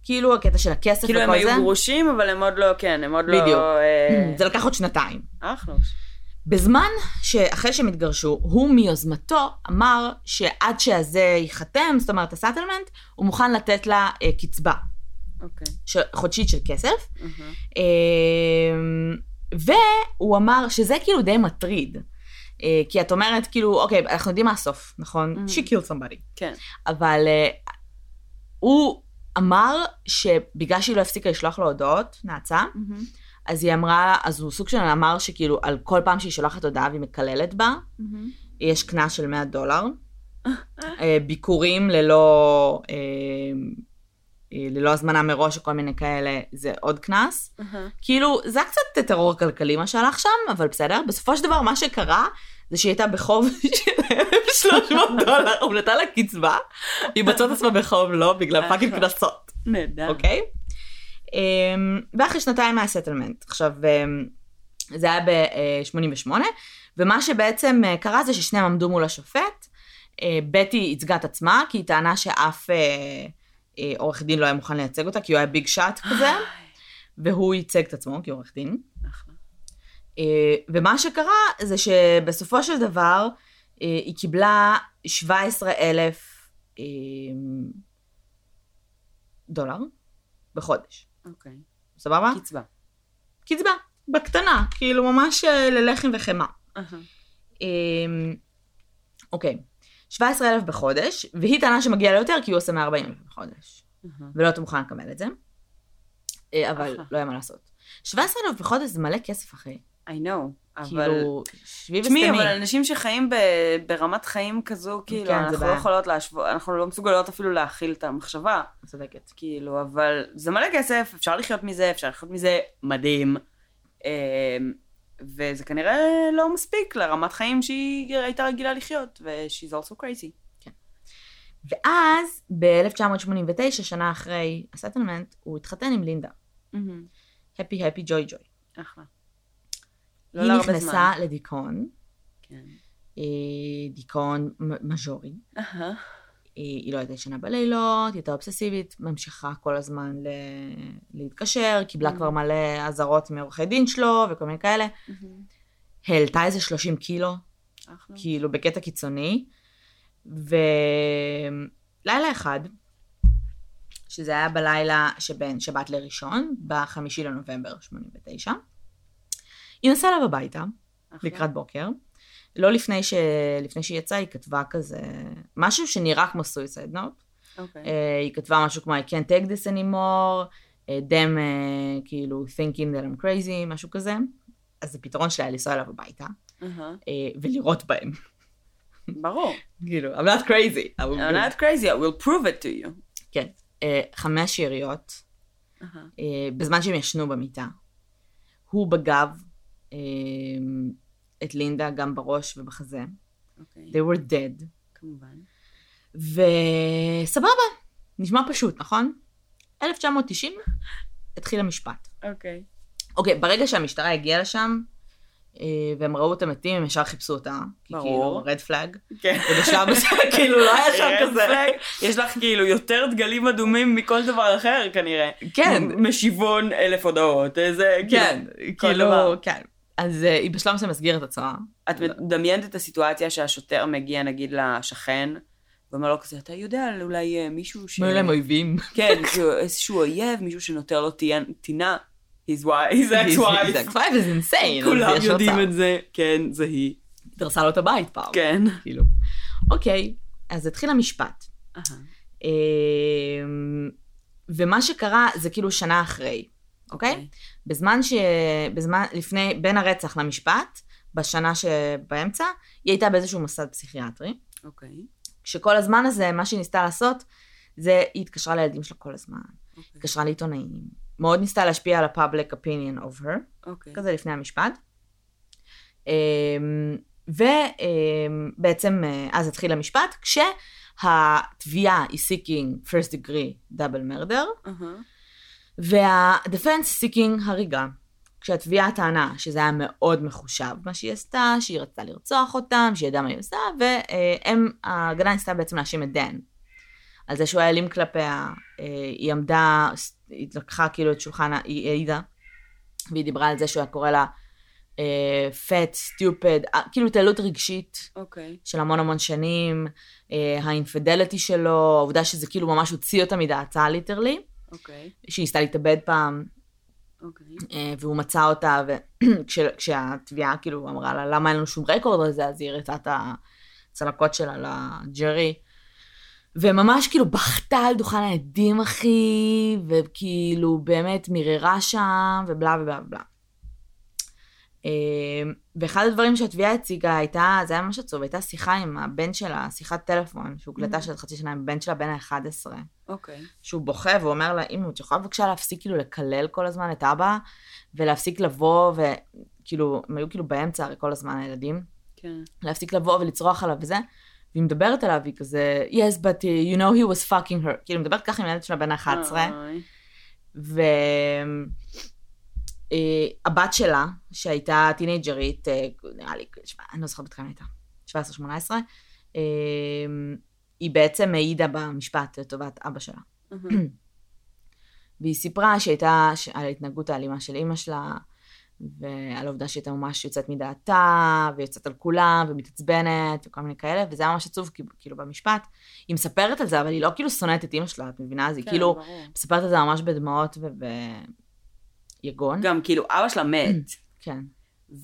S2: כאילו הקטע של הכסף
S1: כאילו הם
S2: וכל
S1: היו
S2: זה,
S1: גרושים, אבל הם עוד לא, כן, הם עוד לא...
S2: בדיוק.
S1: אה,
S2: <clears throat> זה לקח עוד שנתיים.
S1: אחלוש.
S2: בזמן שאחרי שהם התגרשו, הוא מיוזמתו אמר שעד שהזה ייחתם, זאת אומרת הסטלמנט, הוא מוכן לתת לה אה, קצבה
S1: אוקיי.
S2: של, חודשית של כסף.
S1: אהה.
S2: אמ, והוא אמר שזה כאילו די מטריד. אה, כי את אומרת, כאילו, אוקיי, אנחנו יודעים מה הסוף, נכון?
S1: Mm.
S2: She killed somebody.
S1: כן.
S2: אבל אה, הוא אמר שבגלל שהיא לא הפסיקה לשלוח לו הודעות, נאצה, אז היא אמרה, אז הוא סוג של אמר שכאילו, על כל פעם שהיא שולחת הודעה והיא מקללת בה, יש קנס של 100 דולר. אה, ביקורים ללא, אה, אה, ללא הזמנה מראש וכל מיני כאלה, זה עוד קנס.
S1: אהה.
S2: כאילו, זה היה קצת טרור כלכלי מה שהלך שם, אבל בסדר. בסופו של דבר, מה שקרה, זה שהיא הייתה בחוב של 1,300 דולר, הוא נתן לה קצבה, היא מצאה את עצמה בחוב לא, בגלל פאקינג קנסות,
S1: נהדר.
S2: אוקיי? אמ, ואחרי שנתיים היה סטלמנט. עכשיו, אמ, זה היה ב-88, ומה שבעצם אה, קרה זה ששניהם עמדו מול השופט. אה, בטי ייצגה את עצמה, כי היא טענה שאף אה, אה, עורך דין לא היה מוכן לייצג אותה, כי הוא היה ביג שאט
S1: אה,
S2: כזה. והוא ייצג את עצמו כעורך דין.
S1: אחלה.
S2: אה, ומה שקרה זה שבסופו של דבר אה, היא קיבלה 17 אלף אה, דולר בחודש,
S1: אוקיי.
S2: סבבה?
S1: קצבה.
S2: קצבה, בקטנה, כאילו ממש אה, ללחם וחמאה.
S1: אהה.
S2: אמ, אוקיי, 17 אלף בחודש, והיא טענה שמגיע לה יותר כי הוא עושה 140 אלף בחודש.
S1: אהה.
S2: ולא אתה מוכן לקבל את זה. אה, אבל
S1: אחלה.
S2: לא היה מה לעשות. 17 אלף בחודש זה מלא כסף, אחי.
S1: I know, אבל...
S2: כאילו, שבי
S1: תשמעי, אבל
S2: וסתמי.
S1: אנשים שחיים ב, ברמת חיים כזו, כאילו,
S2: כן, זה
S1: אנחנו לא
S2: בעיה.
S1: יכולות להשוות, אנחנו לא מסוגלות אפילו להכיל את המחשבה,
S2: צודקת.
S1: כאילו, אבל זה מלא כסף, אפשר לחיות מזה, אפשר לחיות מזה, מדהים. אמ, וזה כנראה לא מספיק לרמת חיים שהיא הייתה רגילה לחיות, ו-she's also crazy.
S2: ואז, ב-1989, שנה אחרי הסטלמנט, הוא התחתן עם לינדה. הפי הפי ג'וי ג'וי.
S1: אחלה. לא
S2: היא
S1: להרבה
S2: נכנסה
S1: זמן.
S2: לדיכאון,
S1: כן.
S2: אה, דיכאון מ- מז'ורי.
S1: אהה.
S2: היא- היא לא הייתה ישנה בלילות, היא הייתה אובססיבית, ממשיכה כל הזמן ל... להתקשר, קיבלה
S1: Mm.
S2: כבר מלא אזהרות מעורכי דין שלו וכל מיני כאלה. העלתה איזה 30 קילו,
S1: אחלה.
S2: כאילו בקטע קיצוני. ולילה אחד, שזה היה בלילה שבין שבת לראשון, בחמישי לנובמבר 89, היא נסעה אליו הביתה,
S1: אחלה.
S2: לקראת בוקר. לא לפני, ש... לפני שהיא יצאה, היא כתבה כזה, משהו שנראה כמו suicide note.
S1: אוקיי.
S2: אה, היא כתבה משהו כמו I can't take this anymore, אה, them אה, כאילו thinking that I'm crazy, משהו כזה. אז הפתרון שלה היה לנסוע אליו הביתה
S1: אהה.
S2: אה, ולראות בהם.
S1: ברור.
S2: כאילו, I'm not crazy. I'm
S1: I'm not crazy, I will prove it to you.
S2: כן. אה, חמש יריות,
S1: אהה.
S2: אה, בזמן שהם ישנו במיטה. הוא בגב, אה, את לינדה גם בראש ובחזה.
S1: אוקיי.
S2: They were dead.
S1: כמובן.
S2: וסבבה, נשמע פשוט, נכון? 1990, התחיל המשפט.
S1: אוקיי.
S2: אוקיי, ברגע שהמשטרה הגיעה לשם, אה, והם ראו את המתים, הם ישר חיפשו אותה. כי
S1: ברור.
S2: כאילו, רד פלאג.
S1: כן.
S2: ובשלב הזה, כאילו, לא היה שם
S1: רד
S2: כזה.
S1: פלאג. יש לך כאילו יותר דגלים אדומים מכל דבר אחר כנראה.
S2: כן.
S1: משיבון אלף הודעות, איזה...
S2: כן,
S1: כל
S2: כאילו,
S1: דבר.
S2: כן. אז אה, היא בשלב מסוים מסגרת עצמה.
S1: את מדמיינת את הסיטואציה שהשוטר מגיע נגיד לשכן, ואומר לו כזה, אתה יודע על אולי אה, מישהו ש...
S2: הם היו להם אויבים.
S1: כן, כאילו, איזשהו אויב, מישהו שנותר לו טי- טינה. His wife,
S2: <laughs>
S1: his ex-wife.
S2: זה is insane.
S1: <laughs> כולם יודעים את זה. כן, זה היא.
S2: זה. דרסה לו את הבית פעם.
S1: כן.
S2: כאילו. אוקיי, אז התחיל המשפט.
S1: אהה.
S2: אמ, ומה שקרה זה כאילו שנה אחרי, אוקיי? בזמן ש... בזמן, לפני, בין הרצח למשפט, בשנה שבאמצע, היא הייתה באיזשהו מוסד פסיכיאטרי,
S1: אוקיי.
S2: כשכל הזמן הזה, מה שהיא ניסתה לעשות, זה היא התקשרה לילדים שלה כל הזמן,
S1: אוקיי.
S2: התקשרה לעיתונאים, מאוד ניסתה להשפיע על ה-public opinion of her,
S1: אוקיי.
S2: כזה לפני המשפט. אמ, ובעצם אמ, אה, אז התחיל המשפט, כשהתביעה היא seeking first degree double murder,
S1: אוקיי. אהה.
S2: וה-defense seeking הריגה. כשהתביעה טענה שזה היה מאוד מחושב מה שהיא עשתה, שהיא רצתה לרצוח אותם, שהיא ידעה מה היא עושה, והם, ההגנה ניסתה בעצם להאשים את דן. על זה שהוא היה אלים כלפיה, אה, היא עמדה, היא לקחה כאילו את שולחן, ה- היא העידה, והיא דיברה על זה שהוא היה קורא לה אה, פט, סטיופד, כאילו התעללות רגשית
S1: אוקיי.
S2: של המון המון שנים, אה, האינפידליטי שלו, העובדה שזה כאילו ממש הוציא אותה מדעתה ליטרלי.
S1: אוקיי.
S2: שהיא ניסתה להתאבד פעם,
S1: אוקיי.
S2: אה, והוא מצא אותה, <clears throat> וכשהתביעה כאילו אמרה לה, למה אין לנו שום רקורד על זה, אז היא הראתה את הצלקות שלה לג'רי. וממש כאילו בכתה על דוכן העדים, אחי, וכאילו באמת מיררה שם, ובלה ובלה ובלה. אה, ואחד הדברים שהתביעה הציגה הייתה, זה היה ממש עצוב, הייתה שיחה עם הבן שלה, שיחת טלפון, שהוקלטה של חצי שנה עם בן שלה, בן ה-11.
S1: אוקיי.
S2: שהוא בוכה ואומר לה, אמא, את יכולה בבקשה להפסיק כאילו לקלל כל הזמן את אבא, ולהפסיק לבוא, וכאילו, הם היו כאילו באמצע הרי כל הזמן הילדים,
S1: כן.
S2: להפסיק לבוא ולצרוח עליו וזה, והיא מדברת עליו, היא כזה, yes, but uh, you know he was fucking her, כאילו, היא מדברת ככה עם הילד שלה בן ה-11,
S1: אוי.
S2: והבת אה, שלה, שהייתה טינג'רית, אה, נראה לי, שבע- אני לא זוכרת בת כמה הייתה, 17-18, אה, היא בעצם העידה במשפט לטובת אבא שלה. <clears throat>
S1: אהה.
S2: והיא סיפרה שהייתה, ש- על ההתנהגות האלימה של אימא שלה, ועל העובדה שהייתה ממש יוצאת מדעתה, ויוצאת על כולם, ומתעצבנת, וכל מיני כאלה, וזה היה ממש עצוב, כי- כאילו, במשפט. היא מספרת על זה, אבל היא לא כאילו שונאת את אימא שלה, את מבינה? אז היא
S1: כן,
S2: כאילו
S1: ברור.
S2: מספרת על זה ממש בדמעות וביגון.
S1: גם כאילו אבא שלה מת,
S2: <clears throat> כן.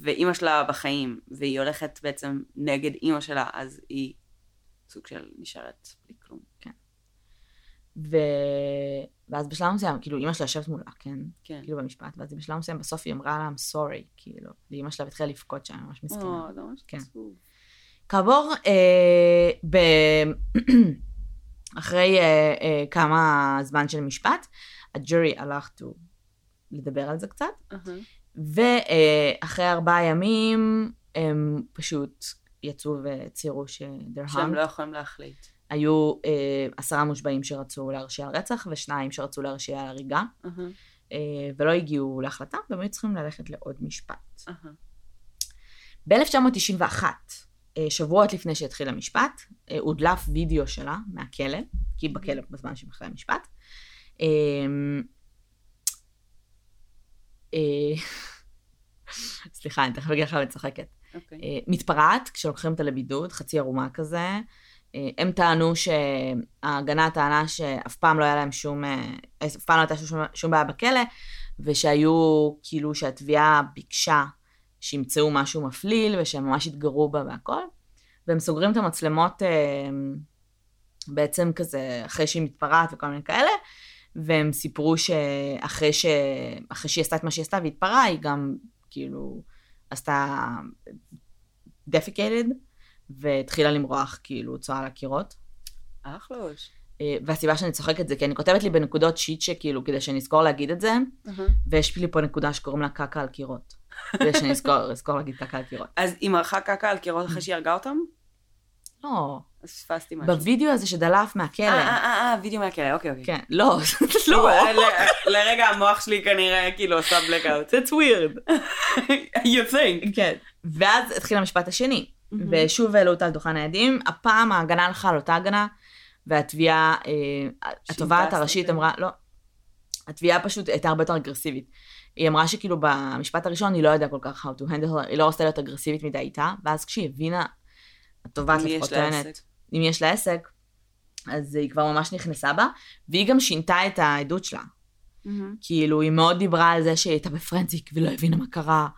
S1: ואימא שלה בחיים, והיא הולכת בעצם נגד אימא שלה, אז היא סוג של נשארת בלי כלום.
S2: ו... ואז בשלב מסוים, כאילו, אימא שלה יושבת מולה, כן?
S1: כן.
S2: כאילו במשפט, ואז בשלב מסוים בסוף היא אמרה לה, I'm sorry, כאילו, ואימא שלה התחילה לבכות שם, ממש מסכנה.
S1: או, זה ממש
S2: כן.
S1: עצוב.
S2: כעבור, אה, ב... <clears throat> אחרי אה, אה, כמה זמן של משפט, הג'ורי הלך to לדבר על זה קצת,
S1: אהה.
S2: ואחרי ארבעה ימים הם פשוט יצאו והצהירו ש-they're
S1: שהם
S2: harmed.
S1: לא יכולים להחליט.
S2: היו אה, עשרה מושבעים שרצו להרשיע על רצח ושניים שרצו להרשיע על הריגה,
S1: אהה,
S2: אה, ולא הגיעו להחלטה, והם היו צריכים ללכת לעוד משפט.
S1: אהה.
S2: ב-1991, אה, שבועות לפני שהתחיל המשפט, אה, הודלף וידאו שלה מהכלא, כי היא בכלא בזמן שמחרי המשפט. אה, אה, <laughs> סליחה, אני תכף אגיד לך למה אני צוחקת.
S1: אוקיי.
S2: אה, מתפרעת כשלוקחים אותה לבידוד, חצי ערומה כזה. אה, הם טענו שההגנה טענה שאף פעם לא היה להם שום, אה, אף פעם לא הייתה שום, שום בעיה בכלא, ושהיו, כאילו שהתביעה ביקשה שימצאו משהו מפליל, ושהם ממש התגרו בה והכל. והם סוגרים את המצלמות אה, בעצם כזה, אחרי שהיא מתפרעת וכל מיני כאלה, והם סיפרו שאחרי ש... אחרי שהיא עשתה את מה שהיא עשתה והתפרעה, היא גם כאילו עשתה דפיקייטד, והתחילה למרוח כאילו צואה על הקירות.
S1: אחלוש.
S2: אה, והסיבה שאני צוחקת זה כי אני כותבת לי בנקודות שיט שכאילו, כדי שאני אזכור להגיד את זה,
S1: אהה.
S2: ויש לי פה נקודה שקוראים לה קקה על קירות. <laughs> כדי שאני אזכור, אזכור להגיד קקה על קירות.
S1: אז היא מרחה קקה על קירות אחרי שהיא הרגה אותם?
S2: לא,
S1: אז פספסתי משהו.
S2: בווידאו הזה שדלף
S1: אה, אה,
S2: מהכלא.
S1: אה, אה, וידאו מהכלא, אוקיי, אוקיי.
S2: כן, לא, <laughs> לא,
S1: אה, ל- לרגע המוח שלי כנראה כאילו עשה
S2: <laughs>
S1: blackout.
S2: that's weird.
S1: you think.
S2: כן. ואז התחיל המשפט השני,
S1: מהמם.
S2: ושוב העלו אותה על דוכן העדים, הפעם ההגנה הלכה על אותה הגנה, והתביעה, אה, התובעת
S1: את
S2: הראשית
S1: זה?
S2: אמרה, לא, התביעה פשוט הייתה הרבה יותר אגרסיבית. היא אמרה שכאילו במשפט הראשון היא לא ידעה כל כך how to handle her, היא לא רצתה להיות אגרסיבית מדי איתה, ואז כשהיא הבינה, התובעת
S1: מי
S2: לפחות
S1: יש לה
S2: טוענת,
S1: עסק?
S2: אם יש לה עסק, אז היא כבר ממש נכנסה בה, והיא גם שינתה את העדות שלה.
S1: מהמם.
S2: כאילו, היא מאוד דיברה על זה שהיא הייתה בפרנזיק ולא הבינה מה קרה,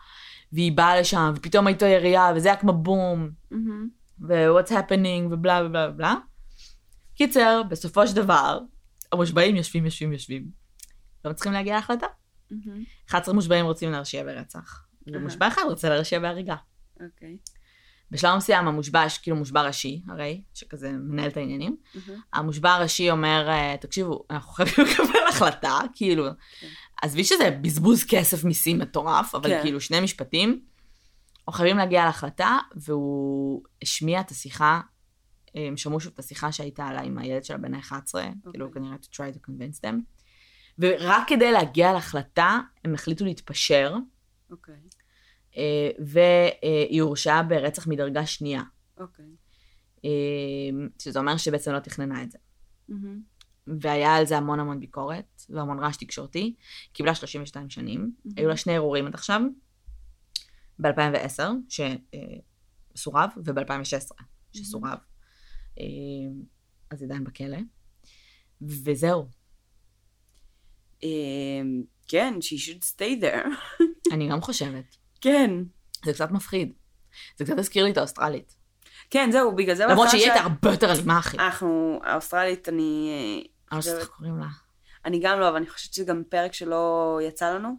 S2: והיא באה לשם, ופתאום הייתה ירייה, וזה היה כמו בום,
S1: מהמם.
S2: ו-what's happening, ובלה ובלה ובלה. קיצר, בסופו של דבר, המושבעים יושבים, יושבים, יושבים. לא מצליחים להגיע להחלטה.
S1: מהמם.
S2: 11 מושבעים רוצים להרשיע ברצח. ומושבע אחד רוצה להרשיע בהריגה.
S1: אוקיי.
S2: בשלב מסוים המושבע, יש כאילו מושבע ראשי, הרי, שכזה מנהל את העניינים,
S1: מהמם.
S2: המושבע הראשי אומר, אה, תקשיבו, אנחנו חייבים <laughs> לקבל החלטה, כאילו,
S1: כן.
S2: עזבי שזה בזבוז כסף מיסים מטורף, אבל
S1: כן.
S2: כאילו שני משפטים, אנחנו חייבים להגיע להחלטה, והוא השמיע את השיחה, אה, הם שמעו שוב את השיחה שהייתה עלה עם הילד שלה בן ה-11, כאילו
S1: אוקיי.
S2: כנראה to try to convince them, ורק כדי להגיע להחלטה, הם החליטו להתפשר,
S1: אוקיי.
S2: אה, והיא הורשעה ברצח מדרגה שנייה,
S1: אוקיי.
S2: אה, שזה אומר שבעצם לא תכננה את זה.
S1: מהמם.
S2: והיה על זה המון המון ביקורת, והמון רעש תקשורתי. היא קיבלה 32 שנים,
S1: Mhm.
S2: היו לה שני ערעורים עד עכשיו, ב-2010, אה, שסורב, וב-2016, שסורב. אה, אז היא עדיין בכלא. וזהו,
S1: אמ, כן, she should stay there. <laughs>
S2: אני גם חושבת.
S1: כן.
S2: זה קצת מפחיד. זה קצת הזכיר לי את האוסטרלית.
S1: כן, זהו, בגלל זה... אה,
S2: למרות
S1: בהתחלה
S2: שהיא
S1: שאל-
S2: הייתה הרבה יותר אלימה, אחי.
S1: אנחנו, האוסטרלית, אני... אה,
S2: אני לא
S1: חושבת-
S2: יודעת איך קוראים לה.
S1: אני גם לא, אבל אני חושבת שזה גם פרק שלא יצא לנו.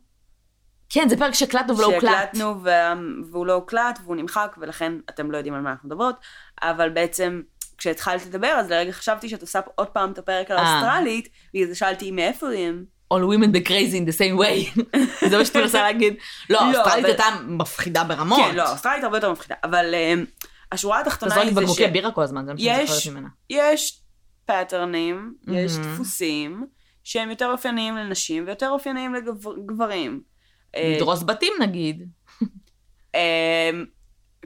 S2: כן, זה פרק שהקלטנו ולא הוקלט.
S1: שהקלטנו וה- והוא לא הוקלט והוא נמחק, ולכן אתם לא יודעים על מה אנחנו מדברות. אבל בעצם, כשהתחלת לדבר, אז לרגע חשבתי שאת עושה עוד פעם את הפרק על
S2: אה.
S1: האוסטרלית, בגלל זה שאלתי מאיפה הם.
S2: All women the crazy in the same way. <laughs> זה מה שאתה מנסה להגיד. לא,
S1: לא,
S2: האוסטרלית
S1: אבל-
S2: הייתה מפחידה ברמות.
S1: כן, לא, האוסטרלית הרבה יותר מפחידה. אבל אמ, השורה
S2: אתה
S1: התחתונה
S2: זורק
S1: היא זה ש...
S2: בקבוקי בירה כל הזמן, זה מה שאני
S1: יש-
S2: זוכרת ממנה.
S1: יש פאטרנים, יש
S2: מהמם.
S1: דפוסים, שהם יותר אופייניים לנשים ויותר אופייניים לגברים. אה,
S2: לדרוס בתים נגיד.
S1: אמ,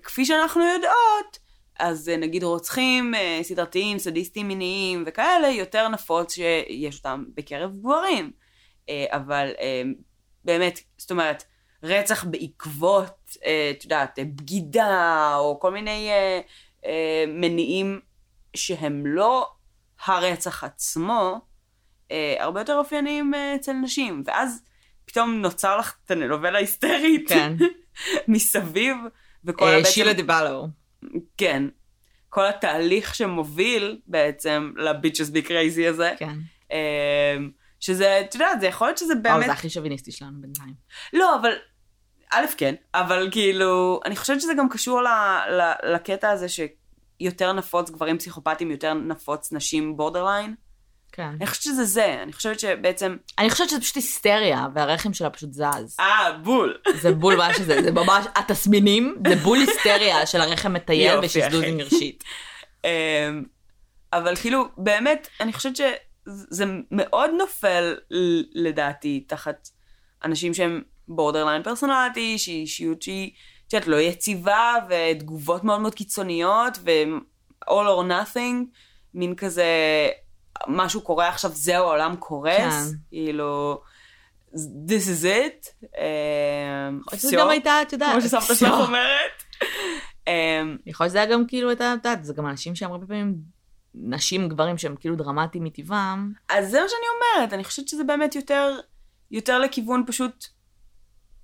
S1: כפי שאנחנו יודעות, אז אה, נגיד רוצחים אה, סדרתיים, סדיסטים מיניים וכאלה, יותר נפוץ שיש אותם בקרב גברים. אה, אבל אמ, באמת, זאת אומרת, רצח בעקבות, אה, את יודעת, אה, בגידה, או כל מיני אה, אה, מניעים שהם לא הרצח עצמו, אה, הרבה יותר אופייניים אה, אצל נשים. ואז פתאום נוצר לך טלנובלה היסטרית.
S2: כן.
S1: מסביב, וכל
S2: אה,
S1: הבעצם...
S2: שילה דיבלו.
S1: כן. כל התהליך שמוביל בעצם לביצ'ס בי קרייזי הזה,
S2: כן.
S1: אמ, שזה, את יודעת, זה יכול להיות שזה
S2: וואו,
S1: באמת...
S2: זה הכי שוביניסטי שלנו בינתיים.
S1: לא, אבל... א', כן, אבל כאילו, אני חושבת שזה גם קשור ל, ל, לקטע הזה שיותר נפוץ גברים פסיכופטים, יותר נפוץ נשים בורדרליין.
S2: כן.
S1: אני חושבת שזה זה, אני חושבת שבעצם...
S2: אני חושבת שזה פשוט היסטריה, והרחם שלה פשוט זז.
S1: אה, בול.
S2: זה בול מה שזה, זה ממש, התסמינים, זה בול היסטריה של הרחם מטייל
S1: יופי,
S2: ושסדוז
S1: אחי.
S2: עם
S1: <laughs>
S2: גרשית.
S1: אמ, אבל כאילו, באמת, אני חושבת שזה מאוד נופל, ל- לדעתי, תחת אנשים שהם בורדרליין פרסונליטי, שהיא אישיות שהיא, את יודעת, לא יציבה, ותגובות מאוד מאוד קיצוניות, ו-all or nothing, מין כזה, משהו קורה עכשיו, זהו, העולם קורס.
S2: כן.
S1: כאילו, this is it. אמ,
S2: זה
S1: פסיור,
S2: גם הייתה, את יודעת,
S1: כמו שסבתא שלך
S2: פסיור.
S1: אומרת. אמ,
S2: יכול להיות שזה היה גם כאילו, את יודעת, זה גם אנשים שהם הרבה פעמים, נשים, גברים שהם כאילו דרמטיים מטבעם.
S1: אז זה מה שאני אומרת, אני חושבת שזה באמת יותר, יותר לכיוון פשוט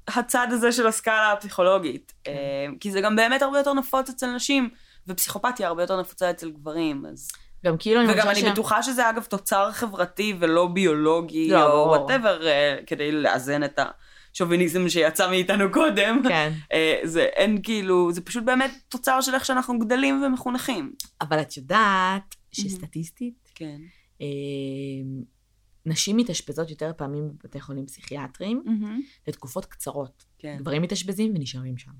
S1: הצד הזה של הסקאלה הפסיכולוגית.
S2: כן.
S1: אה, כי זה גם באמת הרבה יותר נפוץ אצל נשים, ופסיכופתיה הרבה יותר נפוצה אצל גברים. אז...
S2: גם כאילו, אני
S1: וגם
S2: חושבת
S1: אני
S2: שהם-
S1: בטוחה שזה אגב תוצר חברתי ולא ביולוגי,
S2: לא,
S1: או
S2: ברור.
S1: וואטאבר, כדי לאזן את השוביניזם שיצא מאיתנו קודם.
S2: כן.
S1: אה, זה אין כאילו, זה פשוט באמת תוצר של איך שאנחנו גדלים ומחונכים.
S2: אבל את יודעת שסטטיסטית,
S1: כן.
S2: אמ, נשים מתאשפזות יותר פעמים בבתי חולים פסיכיאטריים לתקופות קצרות.
S1: כן.
S2: גברים מתאשפזים ונשארים שם.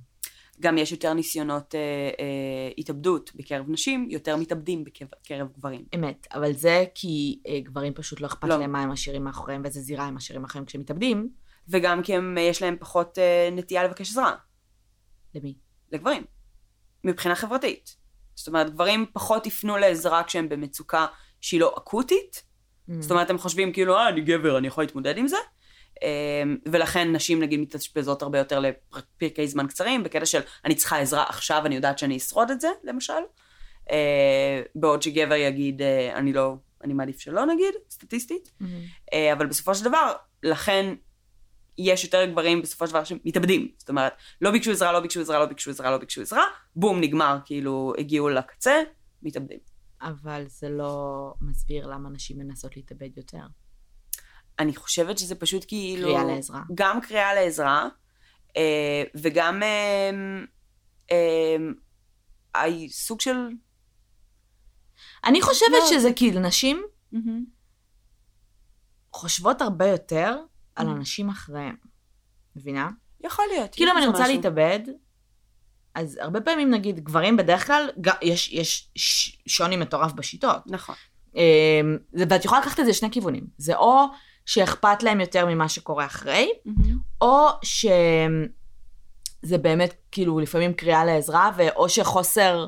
S1: גם יש יותר ניסיונות אה, אה, התאבדות בקרב נשים, יותר מתאבדים בקרב גברים.
S2: אמת, אבל זה כי אה, גברים פשוט לא אכפת
S1: לא.
S2: להם מה הם משאירים מאחוריהם ואיזה זירה הם משאירים מאחוריהם כשהם מתאבדים.
S1: וגם כי הם, אה, יש להם פחות אה, נטייה לבקש עזרה,
S2: למי?
S1: לגברים, מבחינה חברתית. זאת אומרת, גברים פחות יפנו לעזרה כשהם במצוקה שהיא לא אקוטית.
S2: Mm-hmm.
S1: זאת אומרת, הם חושבים כאילו, אה, אני גבר, אני יכול להתמודד עם זה. אה, ולכן נשים, נגיד, מתאשפזות הרבה יותר לפרקי זמן קצרים, בקטע של אני צריכה עזרה עכשיו, אני יודעת שאני אשרוד את זה, למשל. אה, בעוד שגבר יגיד, אה, אני לא, אני מעדיף שלא, נגיד, סטטיסטית.
S2: Mm-hmm.
S1: אה, אבל בסופו של דבר, לכן יש יותר גברים בסופו של דבר שמתאבדים. זאת אומרת, לא ביקשו עזרה, לא ביקשו עזרה, לא ביקשו עזרה, לא ביקשו עזרה, בום, נגמר, כאילו, הגיעו לקצה, מתאבדים.
S2: אבל זה לא מסביר למה נשים מנסות להתאבד יותר.
S1: אני חושבת שזה פשוט כאילו...
S2: קריאה לעזרה.
S1: גם קריאה לעזרה, אה, וגם אה, אה, הסוג של...
S2: אני חושבת
S1: לא,
S2: שזה כי נשים חושבות הרבה יותר על
S1: Mhm.
S2: אנשים אחריהם. מבינה?
S1: יכול להיות.
S2: כאילו אם
S1: יש
S2: אני
S1: בזה
S2: רוצה
S1: משהו.
S2: להתאבד, אז הרבה פעמים נגיד גברים בדרך כלל, ג- יש- יש ש- שוני מטורף בשיטות.
S1: נכון.
S2: אמ, זה- ואת יכולה לקחת את זה לשני כיוונים. זה או שאכפת להם יותר ממה שקורה אחרי, או שזה באמת כאילו לפעמים קריאה לעזרה, ו- או שחוסר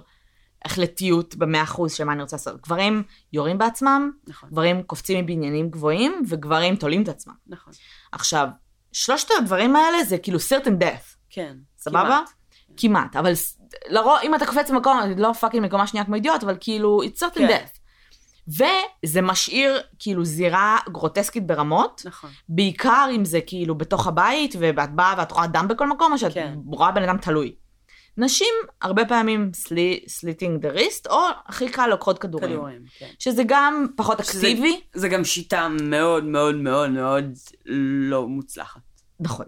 S2: החלטיות במאה אחוז של מה אני רוצה לעשות. גברים יורים בעצמם,
S1: נכון,
S2: גברים קופצים מבניינים גבוהים, וגברים תולים את עצמם.
S1: נכון.
S2: עכשיו, שלושת הדברים האלה זה כאילו certain death,
S1: כן.
S2: סבבה?
S1: כמעט.
S2: כמעט, אבל ס- לרוב, אם אתה קופץ במקום, אני לא פאקינג מקומה שנייה כמו אידיוט, אבל כאילו, it's certain
S1: כן.
S2: death. וזה משאיר כאילו זירה גרוטסקית ברמות,
S1: נכון.
S2: בעיקר אם זה כאילו בתוך הבית, ואת באה ואת רואה דם בכל מקום, או שאת
S1: כן.
S2: רואה בן אדם תלוי. נשים הרבה פעמים סליטינג דה ריסט, או הכי קל לוקחות כדורים.
S1: כדורים, כן.
S2: שזה גם פחות
S1: שזה-
S2: אקטיבי.
S1: זה גם שיטה מאוד מאוד מאוד מאוד לא מוצלחת. <laughs>
S2: נכון.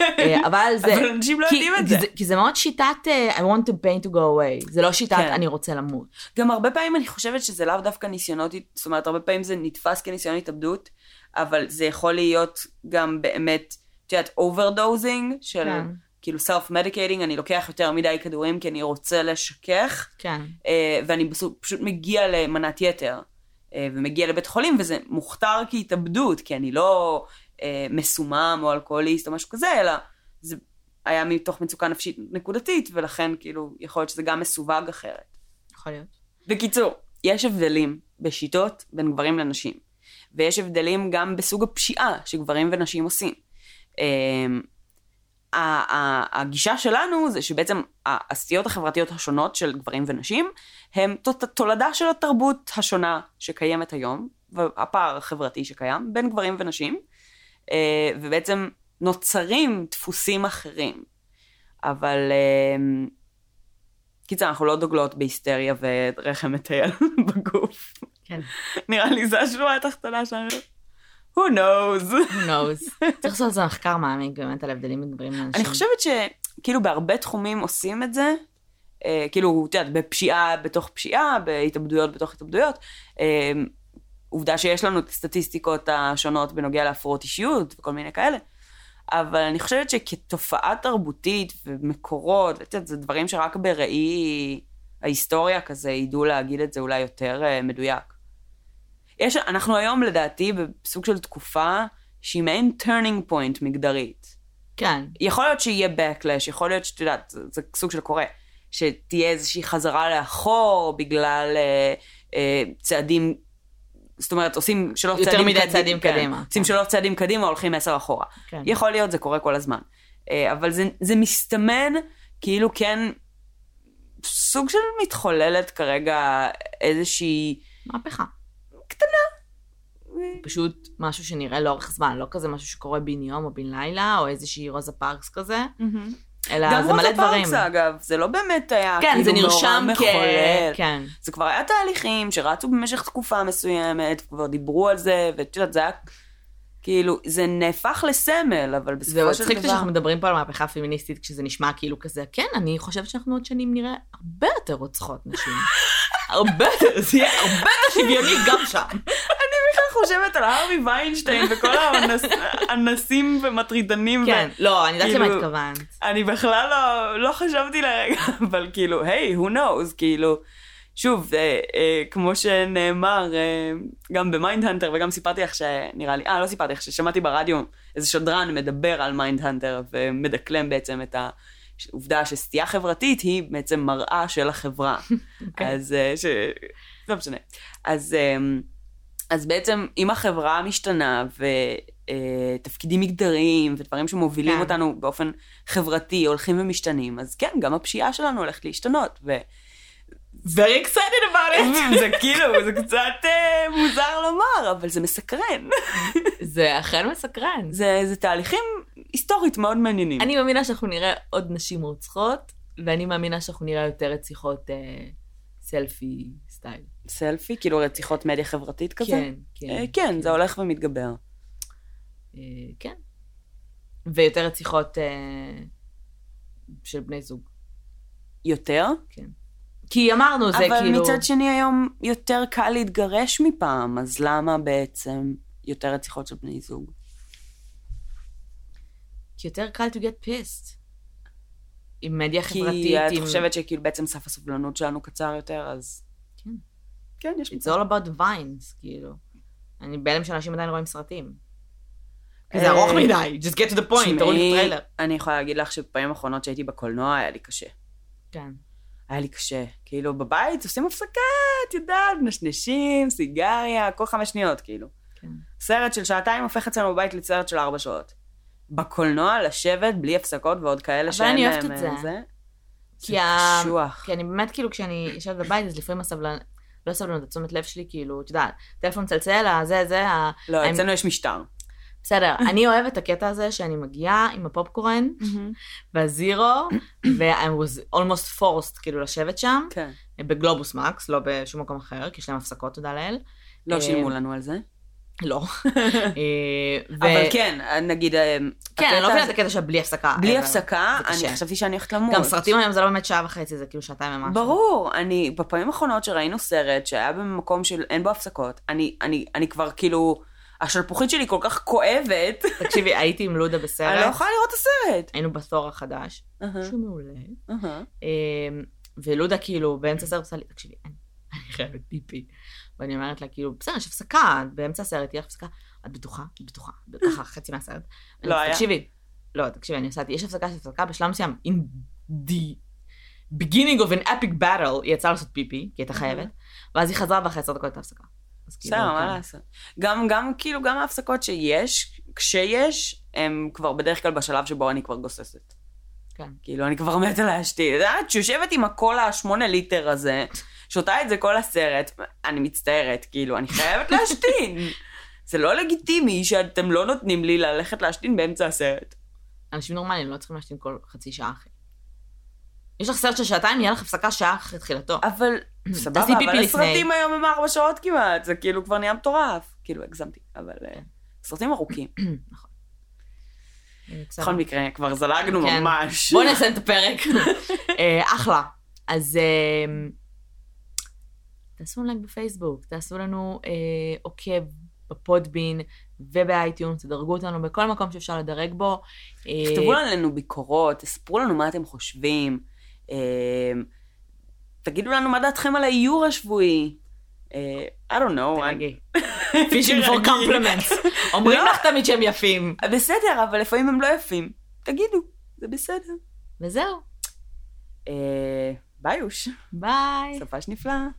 S2: אה, אבל זה...
S1: אבל אנשים לא
S2: כי-
S1: יודעים את
S2: כי
S1: זה.
S2: כי זה מאוד שיטת אה, I want to pain to go away, זה לא שיטת
S1: כן.
S2: אני רוצה למות.
S1: גם הרבה פעמים אני חושבת שזה לאו דווקא ניסיונות, הת- זאת אומרת, הרבה פעמים זה נתפס כניסיון התאבדות, אבל זה יכול להיות גם באמת, את יודעת, אוברדוזינג, של
S2: כן.
S1: כאילו self-medicating, אני לוקח יותר מדי כדורים כי אני רוצה לשכך,
S2: כן.
S1: אה, ואני בסוף פשוט מגיע למנת יתר, אה, ומגיע לבית חולים, וזה מוכתר כהתאבדות, כי אני לא אה, מסומם או אלכוהוליסט או משהו כזה, אלא זה היה מתוך מצוקה נפשית נקודתית, ולכן כאילו, יכול להיות שזה גם מסווג אחרת.
S2: יכול להיות.
S1: בקיצור, יש הבדלים בשיטות בין גברים לנשים, ויש הבדלים גם בסוג הפשיעה שגברים ונשים עושים. אמ, ה- ה- הגישה שלנו זה שבעצם ה- הסטיות החברתיות השונות של גברים ונשים הם ת- תולדה של התרבות השונה שקיימת היום, והפער החברתי שקיים בין גברים ונשים, אה, ובעצם נוצרים דפוסים אחרים. אבל אמ, קיצר, אנחנו לא דוגלות בהיסטריה ורחם מטייל <laughs> בגוף.
S2: כן.
S1: נראה לי זו השורה התחתונה שלנו. Who knows?
S2: Who knows.
S1: <laughs>
S2: צריך לעשות על זה מחקר מעמיק באמת על הבדלים בין גברים לאנשים.
S1: אני חושבת שכאילו בהרבה תחומים עושים את זה. אה, כאילו, את יודעת, בפשיעה בתוך פשיעה, בהתאבדויות בתוך התאבדויות. אה, עובדה שיש לנו את הסטטיסטיקות השונות בנוגע להפרעות אישיות וכל מיני כאלה. אבל אני חושבת שכתופעה תרבותית ומקורות, ואת יודעת, זה דברים שרק בראי ההיסטוריה כזה ידעו להגיד את זה אולי יותר אה, מדויק. יש, אנחנו היום לדעתי בסוג של תקופה שהיא מעין turning point מגדרית.
S2: כן.
S1: יכול להיות שיהיה backlash, יכול להיות שאת יודעת, זה, זה סוג של קורה, שתהיה איזושהי חזרה לאחור בגלל אה, אה, צעדים, זאת אומרת, עושים שלוש
S2: יותר
S1: צעדים
S2: מדי
S1: קדימה.
S2: צעדים
S1: כן,
S2: קדימה,
S1: עושים
S2: כן.
S1: שלוש צעדים קדימה, הולכים עשר אחורה.
S2: כן.
S1: יכול להיות, זה קורה כל הזמן. אה, אבל זה, זה מסתמן כאילו כן, סוג של מתחוללת כרגע איזושהי...
S2: מהפכה. פשוט משהו שנראה לאורך זמן, לא כזה משהו שקורה בן יום או בן לילה, או איזושהי רוזה פארקס כזה, אלא
S1: גם
S2: זה מלא
S1: רוזה
S2: דברים.
S1: פרקס, אגב, זה לא באמת היה
S2: כן, זה
S1: כאילו נורא
S2: נרשם כ...
S1: מחולל.
S2: כן.
S1: זה כבר היה תהליכים שרצו במשך תקופה מסוימת, כבר דיברו על זה, ואת יודעת, זה היה כאילו, זה נהפך לסמל, אבל
S2: זה
S1: בסופו של
S2: מצחיק אותי
S1: דבר...
S2: שאנחנו מדברים פה על מהפכה פמיניסטית, כשזה נשמע כאילו כזה, כן, אני חושבת שאנחנו עוד שנים נראה הרבה יותר רוצחות
S1: <laughs>
S2: נשים. הרבה יותר, זה יהיה הרבה יותר שוויוני גם שם.
S1: אני חושבת על הארווי ויינשטיין וכל האנסים ומטרידנים.
S2: כן, לא, אני יודעת למה
S1: כאילו-
S2: התכוונת.
S1: אני בכלל לא, לא חשבתי לרגע, <laughs> אבל כאילו, היי, hey, who knows, כאילו, שוב, אה, אה, כמו שנאמר, אה, גם במיינדהנטר, וגם סיפרתי לך שנראה לי, אה, לא סיפרתי לך, ששמעתי ברדיו איזה שדרן מדבר על מיינדהנטר, ומדקלם בעצם את העובדה שסטייה חברתית היא בעצם מראה של החברה.
S2: אוקיי.
S1: אז, אה, ש... לא משנה. אז... אה, אז בעצם אם החברה משתנה ותפקידים מגדריים ודברים שמובילים
S2: כן.
S1: כן. אותנו באופן חברתי הולכים ומשתנים, אז כן, גם הפשיעה שלנו הולכת להשתנות. ו...
S2: Very excited about
S1: <laughs> זה כאילו, זה קצת אה, מוזר לומר, אבל זה מסקרן.
S2: זה אכן מסקרן.
S1: זה, זה תהליכים היסטורית מאוד מעניינים.
S2: אני מאמינה שאנחנו נראה עוד נשים רוצחות, ואני מאמינה שאנחנו נראה יותר רציחות אה, סלפי סטייל.
S1: סלפי, כאילו רציחות מדיה חברתית כזה?
S2: כן,
S1: אה,
S2: כן.
S1: כן, זה הולך ומתגבר.
S2: אה, כן. ויותר רציחות אה, של בני זוג.
S1: יותר,
S2: כי אמרנו, זה
S1: אבל
S2: כאילו...
S1: מצד שני היום יותר קל להתגרש מפעם, אז למה בעצם יותר רציחות של בני זוג?
S2: כי יותר קל to get pissed. עם מדיה חברתית,
S1: כי את
S2: עם...
S1: חושבת שכאילו בעצם סף הסבלנות שלנו קצר יותר, אז...
S2: כן.
S1: כן, יש
S2: It's
S1: מצב.
S2: all about vines, כאילו. אני בהלם שאנשים עדיין רואים סרטים. כי
S1: אה,
S2: זה ארוך מדי, just get to the point, תראו לי את הטריילר.
S1: אני יכולה להגיד לך שבפעמים האחרונות שהייתי בקולנוע היה לי קשה.
S2: כן.
S1: היה לי קשה. כאילו, בבית עושים הפסקה, את יודעת, מנשנשים, סיגריה, כל חמש שניות, כאילו.
S2: כן.
S1: סרט של שעתיים הופך אצלנו בבית לסרט של ארבע שעות. בקולנוע לשבת בלי הפסקות ועוד כאלה
S2: אבל
S1: שאין
S2: אני
S1: להם...
S2: אוהבת את זה.
S1: אה, זה
S2: כי ה-
S1: קשוח.
S2: כי אני באמת, כאילו, כשאני יושבת בבית, אז לפעמים הסבלנות, לא סבלנות, התשומת לב שלי, כאילו, את יודעת, טלפון מצלצל, הזה, זה, ה-
S1: לא,
S2: אני-
S1: אצלנו יש משטר. <laughs>
S2: בסדר. אני אוהבת את הקטע הזה שאני מגיעה עם הפופקורן
S1: <coughs>
S2: והזירו, ו-I was almost forced, כאילו, לשבת שם,
S1: כן.
S2: בגלובוס מקס, לא בשום מקום אחר, כי יש להם הפסקות, תודה לאל.
S1: לא
S2: אה,
S1: שילמו לנו על זה. <laughs>
S2: לא. אה, ו-
S1: אבל כן, נגיד... אה,
S2: כן, אני
S1: הקטע
S2: לא מבינה
S1: הזה-
S2: את הקטע של בלי הפסקה.
S1: בלי
S2: אבל-
S1: הפסקה,
S2: זה
S1: אני
S2: קשה.
S1: חשבתי שאני הולכת למות.
S2: גם סרטים היום זה לא באמת שעה וחצי, זה כאילו שעתיים ומשהו.
S1: ברור, אני, בפעמים האחרונות שראינו סרט שהיה במקום של אין בו הפסקות, אני, אני, אני כבר כאילו, השלפוחית שלי כל כך
S2: <laughs>
S1: כואבת,
S2: תקשיבי, הייתי עם לודה בסרט.
S1: אני לא יכולה אה. לראות את הסרט.
S2: היינו בתור החדש,
S1: אהה,
S2: שהוא מעולה.
S1: אהה.
S2: אמ, ולודה כאילו באמצע הסרט עושה לי, תקשיבי, אני, אני חייבת פיפי. ואני אומרת לה, כאילו, בסדר, יש הפסקה, את באמצע הסרט תהיה הפסקה. את בטוחה? את
S1: <laughs>
S2: בטוחה. ככה, חצי מהסרט.
S1: לא
S2: אני,
S1: היה.
S2: תקשיבי, לא, תקשיבי, אני עושה, יש הפסקה, יש הפסקה, בשלב מסוים, in the beginning of an epic battle, היא יצאה לעשות פיפי, כי היא הייתה חייבת, ואז היא חזרה ואחרי עשר דקות הייתה הפסקה. אז כאילו,
S1: Mhm. בסדר, מה
S2: כן.
S1: לעשות? גם, גם, כאילו, גם ההפסקות שיש, כשיש, הם כבר בדרך כלל בשלב שבו אני כבר גוססת.
S2: כן.
S1: כאילו, אני כבר מתה להשתיל. את יודעת, שיושבת עם הקול השמונה ליטר הזה, שותה את זה כל הסרט, אני מצטערת, כאילו, אני חייבת
S2: <laughs>
S1: להשתין. זה לא לגיטימי שאתם לא נותנים לי ללכת להשתין באמצע הסרט.
S2: אנשים נורמליים לא צריכים להשתין כל חצי שעה אחרי. יש לך סרט של שעתיים, יהיה לך הפסקה שעה אחרי תחילתו.
S1: אבל, סבבה,
S2: תעשי
S1: אבל
S2: פיפי
S1: הסרטים היום הם ארבע שעות כמעט, זה כאילו כבר נהיה מטורף. כאילו, הגזמתי, אבל...
S2: כן.
S1: אה, סרטים
S2: <laughs>
S1: ארוכים.
S2: נכון. בסדר.
S1: בכל מקרה, כבר זלגנו
S2: כן.
S1: ממש.
S2: בואו נסיים את הפרק. <laughs> אה, אחלה. אז אה, תעשו לנו לייק בפייסבוק, תעשו לנו אה, עוקב בפודבין ובאייטיונס, תדרגו אותנו בכל מקום שאפשר לדרג בו. אה,
S1: תכתבו עלינו ביקורות, תספרו לנו מה אתם חושבים. אה, תגידו לנו מה דעתכם על האיור השבועי. אה, I don't know. אני-
S2: תרגי.
S1: <laughs>
S2: פישינג פור
S1: תרגי.
S2: קומפלמנטס. אומרים
S1: לא.
S2: לך תמיד שהם יפים.
S1: בסדר, אבל לפעמים הם לא יפים. תגידו, זה בסדר.
S2: וזהו,
S1: אה, ביי, אוש.
S2: ביי.
S1: סופש נפלא.